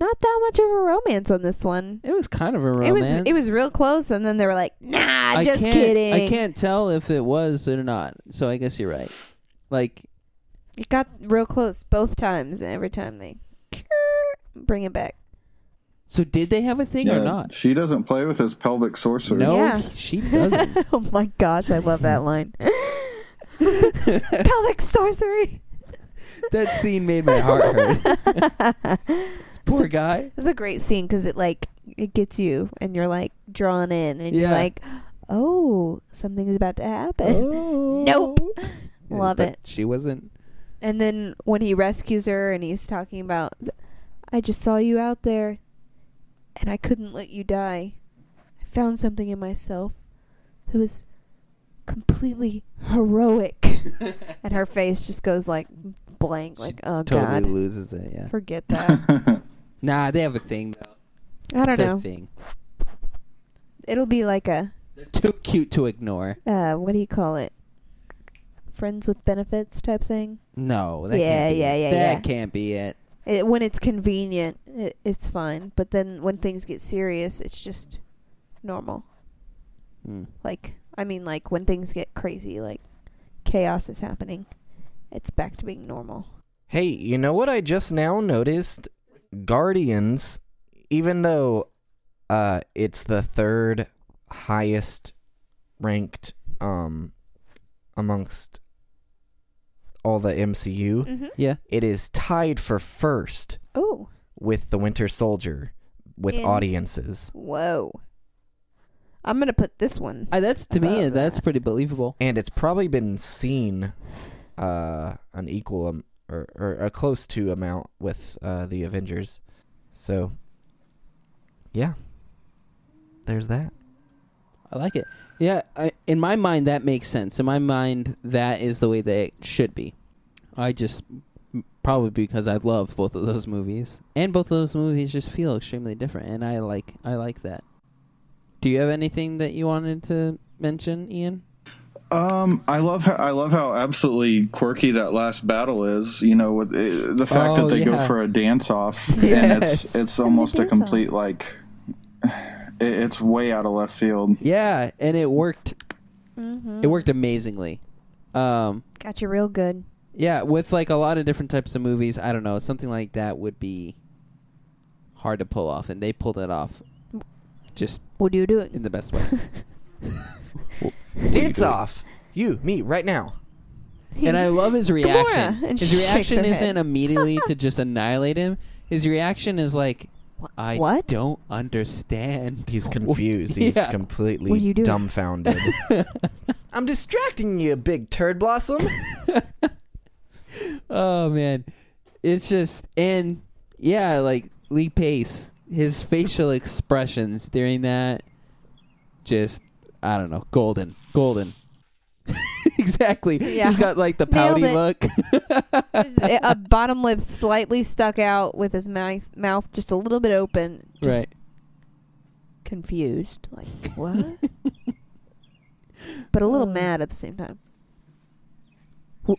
[SPEAKER 4] not that much of a romance on this one.
[SPEAKER 3] It was kind of a
[SPEAKER 4] It
[SPEAKER 3] romance.
[SPEAKER 4] was it was real close, and then they were like, "Nah,
[SPEAKER 3] I
[SPEAKER 4] just
[SPEAKER 3] can't,
[SPEAKER 4] kidding."
[SPEAKER 3] I can't tell if it was or not. So I guess you're right. Like
[SPEAKER 4] It got real close both times, and every time they <laughs> bring it back.
[SPEAKER 3] so did they have a thing or
[SPEAKER 5] Yeah,
[SPEAKER 3] not?
[SPEAKER 5] She doesn't play with his pelvic sorcery. <laughs>
[SPEAKER 3] No,
[SPEAKER 4] Yeah.
[SPEAKER 3] she
[SPEAKER 4] <laughs>
[SPEAKER 3] doesn't.
[SPEAKER 4] oh my gosh, I love that line. Pelvic sorcery.
[SPEAKER 3] <laughs> that scene made my heart hurt. <laughs> Poor guy.
[SPEAKER 4] <laughs> It's a great scene because it like it gets you, and you're like drawn in, and you're
[SPEAKER 3] Yeah.
[SPEAKER 4] like, "Oh, something's about to happen."
[SPEAKER 3] Oh.
[SPEAKER 4] <laughs> Nope.
[SPEAKER 3] Yeah,
[SPEAKER 4] Love
[SPEAKER 3] but
[SPEAKER 4] it.
[SPEAKER 3] She wasn't.
[SPEAKER 4] And then when he rescues her and he's talking about, I just saw you out there and I couldn't let you die. I found something in myself that was completely
[SPEAKER 3] <laughs>
[SPEAKER 4] heroic. and her face just goes like blank, like, oh
[SPEAKER 3] totally
[SPEAKER 4] God,
[SPEAKER 3] loses it. Yeah. <laughs>
[SPEAKER 4] forget that.
[SPEAKER 3] Nah, they have a thing though.
[SPEAKER 4] I don't
[SPEAKER 3] it's their
[SPEAKER 4] know.
[SPEAKER 3] Thing.
[SPEAKER 4] It'll be like a,
[SPEAKER 3] They're too cute to ignore.
[SPEAKER 4] uh, what do you call it? Friends with benefits type thing.
[SPEAKER 3] No, that
[SPEAKER 4] Yeah,
[SPEAKER 3] can't be
[SPEAKER 4] yeah,
[SPEAKER 3] it.
[SPEAKER 4] yeah,
[SPEAKER 3] That
[SPEAKER 4] yeah.
[SPEAKER 3] can't be it.
[SPEAKER 4] It, when it's convenient, it, it's fine. But then when things get serious, it's just normal.
[SPEAKER 3] Mm.
[SPEAKER 4] Like, I mean, like when things get crazy, like chaos is happening, it's back to being normal.
[SPEAKER 1] Hey, you know what I just now noticed? Guardians, even though uh, it's the third highest ranked um, amongst all the MCU,
[SPEAKER 4] Mm-hmm.
[SPEAKER 3] Yeah.
[SPEAKER 1] it is tied for first
[SPEAKER 4] Oh,
[SPEAKER 1] with The Winter Soldier with
[SPEAKER 4] In-
[SPEAKER 1] audiences.
[SPEAKER 4] whoa! I'm gonna put this one.
[SPEAKER 3] Uh, that's to me.
[SPEAKER 4] Above
[SPEAKER 3] That's
[SPEAKER 4] that.
[SPEAKER 3] pretty believable.
[SPEAKER 1] And it's probably been seen uh, an equal um, or, or a close to amount with uh, the Avengers. So, yeah. There's that.
[SPEAKER 3] I like it. Yeah, I, in my mind that makes sense. In my mind that is the way that it should be. I just probably because I love both of those movies, and both of those movies just feel extremely different, and I like I like that. Do you have anything that you wanted to mention, Ian?
[SPEAKER 5] Um, I love how I love how absolutely quirky that last battle is. You know, with uh, the fact
[SPEAKER 3] Oh,
[SPEAKER 5] that they
[SPEAKER 3] yeah.
[SPEAKER 5] go for a dance off, and
[SPEAKER 3] Yes.
[SPEAKER 5] it's it's almost a
[SPEAKER 4] dance-off.
[SPEAKER 5] complete like. <sighs> It, it's way out of left field.
[SPEAKER 3] Yeah, and it worked.
[SPEAKER 4] Mm-hmm.
[SPEAKER 3] It worked amazingly. Um,
[SPEAKER 4] Got you real good.
[SPEAKER 3] yeah, with like a lot of different types of movies, I don't know, something like that would be hard to pull off, and they pulled it off just
[SPEAKER 4] What are you
[SPEAKER 3] in
[SPEAKER 4] doing?
[SPEAKER 3] the best
[SPEAKER 4] <laughs>
[SPEAKER 3] way.
[SPEAKER 1] Dance off. You, me, right now.
[SPEAKER 3] and I love
[SPEAKER 4] <laughs>
[SPEAKER 3] his reaction.
[SPEAKER 4] Gamora! And she
[SPEAKER 3] his
[SPEAKER 4] shakes
[SPEAKER 3] reaction
[SPEAKER 4] her
[SPEAKER 3] isn't
[SPEAKER 4] head.
[SPEAKER 3] immediately
[SPEAKER 4] <laughs>
[SPEAKER 3] to just annihilate him. His reaction is like, "I
[SPEAKER 4] what?
[SPEAKER 3] don't understand."
[SPEAKER 1] <laughs> He's confused. He's
[SPEAKER 3] Yeah.
[SPEAKER 1] completely
[SPEAKER 4] What are you doing? <laughs>
[SPEAKER 1] dumbfounded. I'm distracting you, big turd blossom.
[SPEAKER 3] Oh man, it's just and yeah, like Lee Pace, his facial expressions during that, just I don't know, golden, golden. <laughs> exactly.
[SPEAKER 4] Yeah.
[SPEAKER 3] He's got like the
[SPEAKER 4] Nailed
[SPEAKER 3] pouty
[SPEAKER 4] it. <laughs>
[SPEAKER 3] look.
[SPEAKER 4] His- a bottom lip slightly stuck out, with his mouth mouth just a little bit open. Just
[SPEAKER 3] right.
[SPEAKER 4] Confused, <laughs> like what? but a little mad at the same time.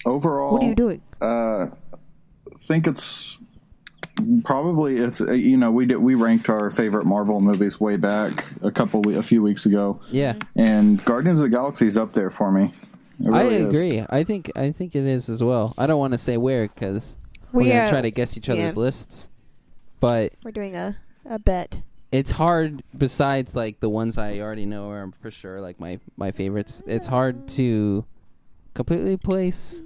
[SPEAKER 5] Overall,
[SPEAKER 4] What are you doing?
[SPEAKER 5] Uh, think it's probably it's uh, you know we did we ranked our favorite Marvel movies way back a couple we- a few weeks ago,
[SPEAKER 3] Yeah.
[SPEAKER 4] Mm-hmm.
[SPEAKER 5] and Guardians of the Galaxy is up there for me. It really
[SPEAKER 3] I
[SPEAKER 5] is.
[SPEAKER 3] agree. I think I think it is as well. I don't want to say where because we
[SPEAKER 4] We
[SPEAKER 3] are gonna
[SPEAKER 4] are-
[SPEAKER 3] try to guess each other's
[SPEAKER 4] yeah.
[SPEAKER 3] lists, but
[SPEAKER 4] We're doing a a bet.
[SPEAKER 3] it's hard. Besides, like the ones I already know are for sure like my my favorites. It's hard to completely place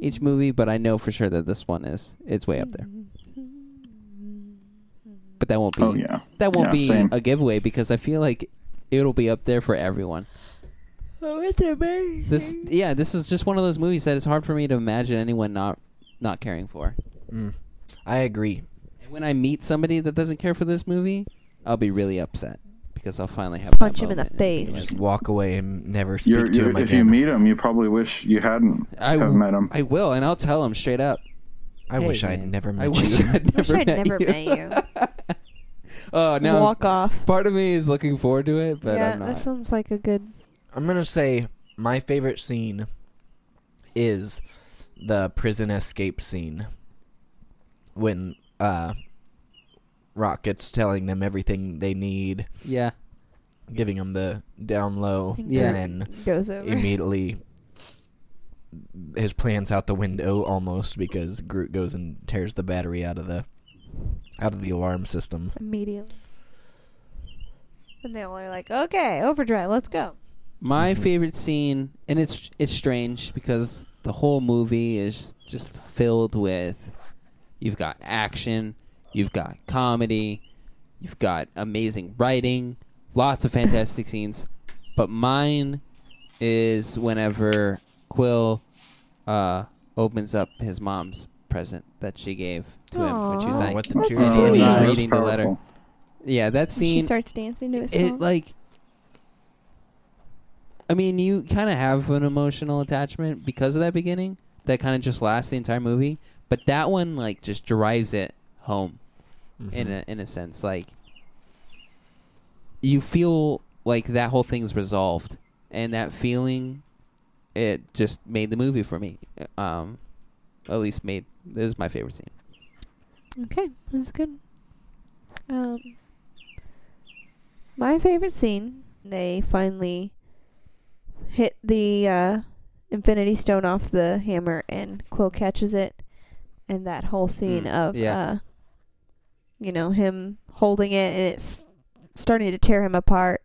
[SPEAKER 3] each movie, but I know for sure that this one is. It's way up there. But that won't be.
[SPEAKER 5] Oh yeah,
[SPEAKER 3] That won't
[SPEAKER 5] Yeah,
[SPEAKER 3] be
[SPEAKER 5] same.
[SPEAKER 3] a giveaway because I feel like it'll be up there for everyone.
[SPEAKER 4] Oh, it's amazing. <laughs>
[SPEAKER 3] This e- yeah, this is just one of those movies that it's hard for me to imagine anyone not not caring for.
[SPEAKER 1] I <laughs> agree.
[SPEAKER 3] And when I meet somebody that doesn't care for this movie, I'll be really upset because I'll finally have
[SPEAKER 4] Punch
[SPEAKER 3] that
[SPEAKER 4] him in the
[SPEAKER 3] moment and be
[SPEAKER 4] face.
[SPEAKER 3] like,
[SPEAKER 1] Walk away and never speak
[SPEAKER 5] You're,
[SPEAKER 1] to
[SPEAKER 5] you're,
[SPEAKER 1] him
[SPEAKER 5] if you
[SPEAKER 1] again.
[SPEAKER 5] meet him, you probably wish you hadn't
[SPEAKER 3] I
[SPEAKER 5] have
[SPEAKER 3] w-
[SPEAKER 5] met him.
[SPEAKER 3] I will, and I'll tell him straight up.
[SPEAKER 1] I
[SPEAKER 3] "Hey,
[SPEAKER 1] wish I had
[SPEAKER 3] man,
[SPEAKER 1] never met
[SPEAKER 3] I wish
[SPEAKER 1] you. <laughs>
[SPEAKER 3] I'd
[SPEAKER 4] <laughs> Wish
[SPEAKER 3] never <laughs>
[SPEAKER 4] I'd
[SPEAKER 3] met
[SPEAKER 4] never
[SPEAKER 3] you.
[SPEAKER 4] met you.
[SPEAKER 3] <laughs> oh, now I'm-
[SPEAKER 4] Walk off.
[SPEAKER 3] part of me is looking forward to it, but
[SPEAKER 4] yeah,
[SPEAKER 3] I'm
[SPEAKER 4] that
[SPEAKER 3] not.
[SPEAKER 4] sounds like a good.
[SPEAKER 1] I'm gonna say my favorite scene is the prison escape scene when uh Rocket's telling them everything they need,
[SPEAKER 3] Yeah.
[SPEAKER 1] giving them the down low,
[SPEAKER 3] Yeah.
[SPEAKER 1] and then
[SPEAKER 4] Goes over.
[SPEAKER 1] immediately his plan's out the window almost because Groot goes and tears the battery out of the out of the alarm system.
[SPEAKER 4] <laughs> Immediately. And they all are like, okay, overdrive, let's go.
[SPEAKER 3] My favorite scene, and it's it's strange because the whole movie is just filled with you've got action, you've got comedy, you've got amazing writing, lots of fantastic scenes. But mine is whenever Quill uh, opens up his mom's present that she gave to him when she was
[SPEAKER 4] Aw.
[SPEAKER 3] dying.
[SPEAKER 1] What the
[SPEAKER 4] That's
[SPEAKER 1] juice?
[SPEAKER 3] And
[SPEAKER 4] sweet.
[SPEAKER 3] he's
[SPEAKER 4] Nice.
[SPEAKER 3] reading the letter.
[SPEAKER 5] Oh, Powerful.
[SPEAKER 3] Yeah, that
[SPEAKER 4] And she
[SPEAKER 3] scene
[SPEAKER 4] starts dancing to a song.
[SPEAKER 3] it like I mean, you kind of have an emotional attachment because of that beginning that kind of just lasts the entire movie, but that one like just drives it home in a in a sense like you feel like that whole thing's resolved and that feeling it just made the movie for me. Um at least made it was my favorite scene.
[SPEAKER 4] Okay, that's good. Um, my favorite scene. They finally hit the uh, Infinity Stone off the hammer, and Quill catches it, and that whole scene
[SPEAKER 3] Mm,
[SPEAKER 4] of
[SPEAKER 3] yeah.
[SPEAKER 4] uh, you know, him holding it and it's starting to tear him apart,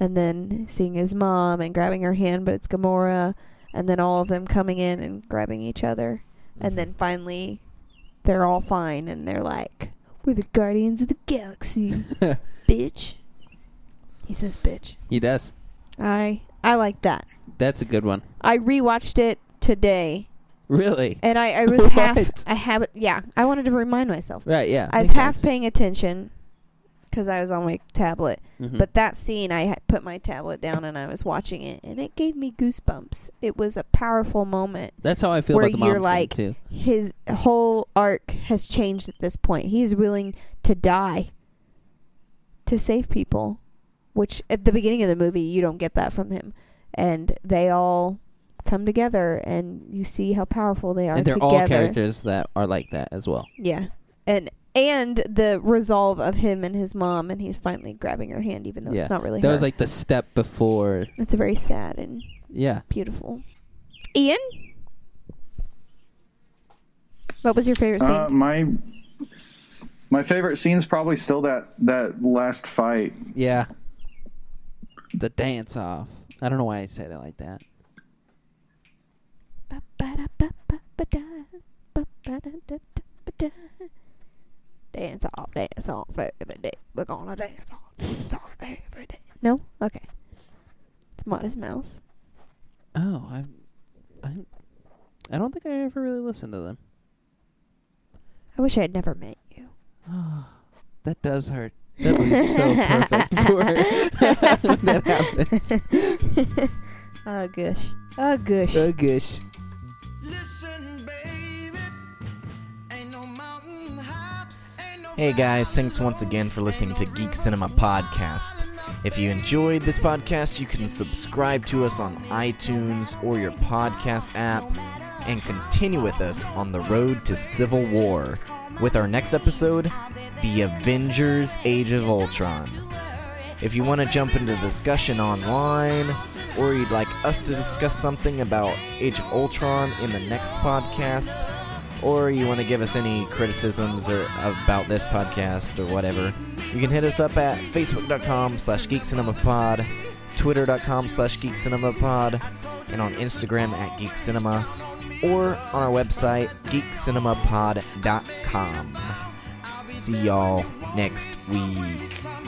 [SPEAKER 4] and then seeing his mom and grabbing her hand, but it's Gamora, and then all of them coming in and grabbing each other and then finally they're all fine and they're like we're the guardians of the galaxy bitch he says bitch
[SPEAKER 3] <laughs> He does.
[SPEAKER 4] i i like that
[SPEAKER 3] That's a good one.
[SPEAKER 4] i rewatched it today
[SPEAKER 3] Really?
[SPEAKER 4] and i
[SPEAKER 3] <laughs>
[SPEAKER 4] i was half
[SPEAKER 3] What?
[SPEAKER 4] i have yeah i wanted to remind myself
[SPEAKER 3] Right, yeah.
[SPEAKER 4] i was
[SPEAKER 3] makes
[SPEAKER 4] half
[SPEAKER 3] sense.
[SPEAKER 4] paying attention because i was on my tablet
[SPEAKER 3] Mhm.
[SPEAKER 4] but that scene i had put my tablet down and i was watching it and it gave me goosebumps it was a powerful moment
[SPEAKER 3] That's how I feel
[SPEAKER 4] where
[SPEAKER 3] about the mom
[SPEAKER 4] you're
[SPEAKER 3] scene,
[SPEAKER 4] like-
[SPEAKER 3] too.
[SPEAKER 4] his whole arc has changed at this point. He's willing to die to save people, which at the beginning of the movie you don't get that from him. And they all come together, and you see how powerful they are
[SPEAKER 3] and they're
[SPEAKER 4] together.
[SPEAKER 3] all characters that are like that as well.
[SPEAKER 4] Yeah, and and the resolve of him and his mom, and he's finally grabbing her hand, even though
[SPEAKER 3] Yeah.
[SPEAKER 4] it's not really.
[SPEAKER 3] That
[SPEAKER 4] her.
[SPEAKER 3] was like the step before.
[SPEAKER 4] it's very sad and
[SPEAKER 3] Yeah.
[SPEAKER 4] beautiful. Ian, what was your favorite
[SPEAKER 2] Um,
[SPEAKER 4] scene?
[SPEAKER 5] Uh, my my favorite scene's probably still that that last fight.
[SPEAKER 3] Yeah. The dance off. I don't know why I said it like that.
[SPEAKER 4] Dance off, dance off every day. We're gonna dance off, dance off every day. No? Okay. It's Modest Mouse.
[SPEAKER 3] Oh, I, I, I don't think I ever really listened <gasps> to them.
[SPEAKER 4] I wish I had never met you. <laughs>
[SPEAKER 3] That does hurt. That was so perfect for when <laughs> that happens. <laughs>
[SPEAKER 4] Oh, gosh. Oh, gosh.
[SPEAKER 3] Oh gosh.
[SPEAKER 6] Listen, baby, ain't no mountain high, ain't no
[SPEAKER 1] Hey guys, thanks once again for listening to Geek Cinema Podcast. If you enjoyed this podcast, you can subscribe to us on iTunes or your podcast app and continue with us on the road to Civil War with our next episode, The Avengers Age of Ultron. If you want to jump into discussion online or you'd like us to discuss something about Age of Ultron in the next podcast, or you want to give us any criticisms or about this podcast or whatever, you can hit us up at facebook.com slash geekcinemapod, twitter.com slash geekcinemapod, and on Instagram at geekcinema, or on our website, geekcinemapod.com. See y'all next week.
[SPEAKER 6] Some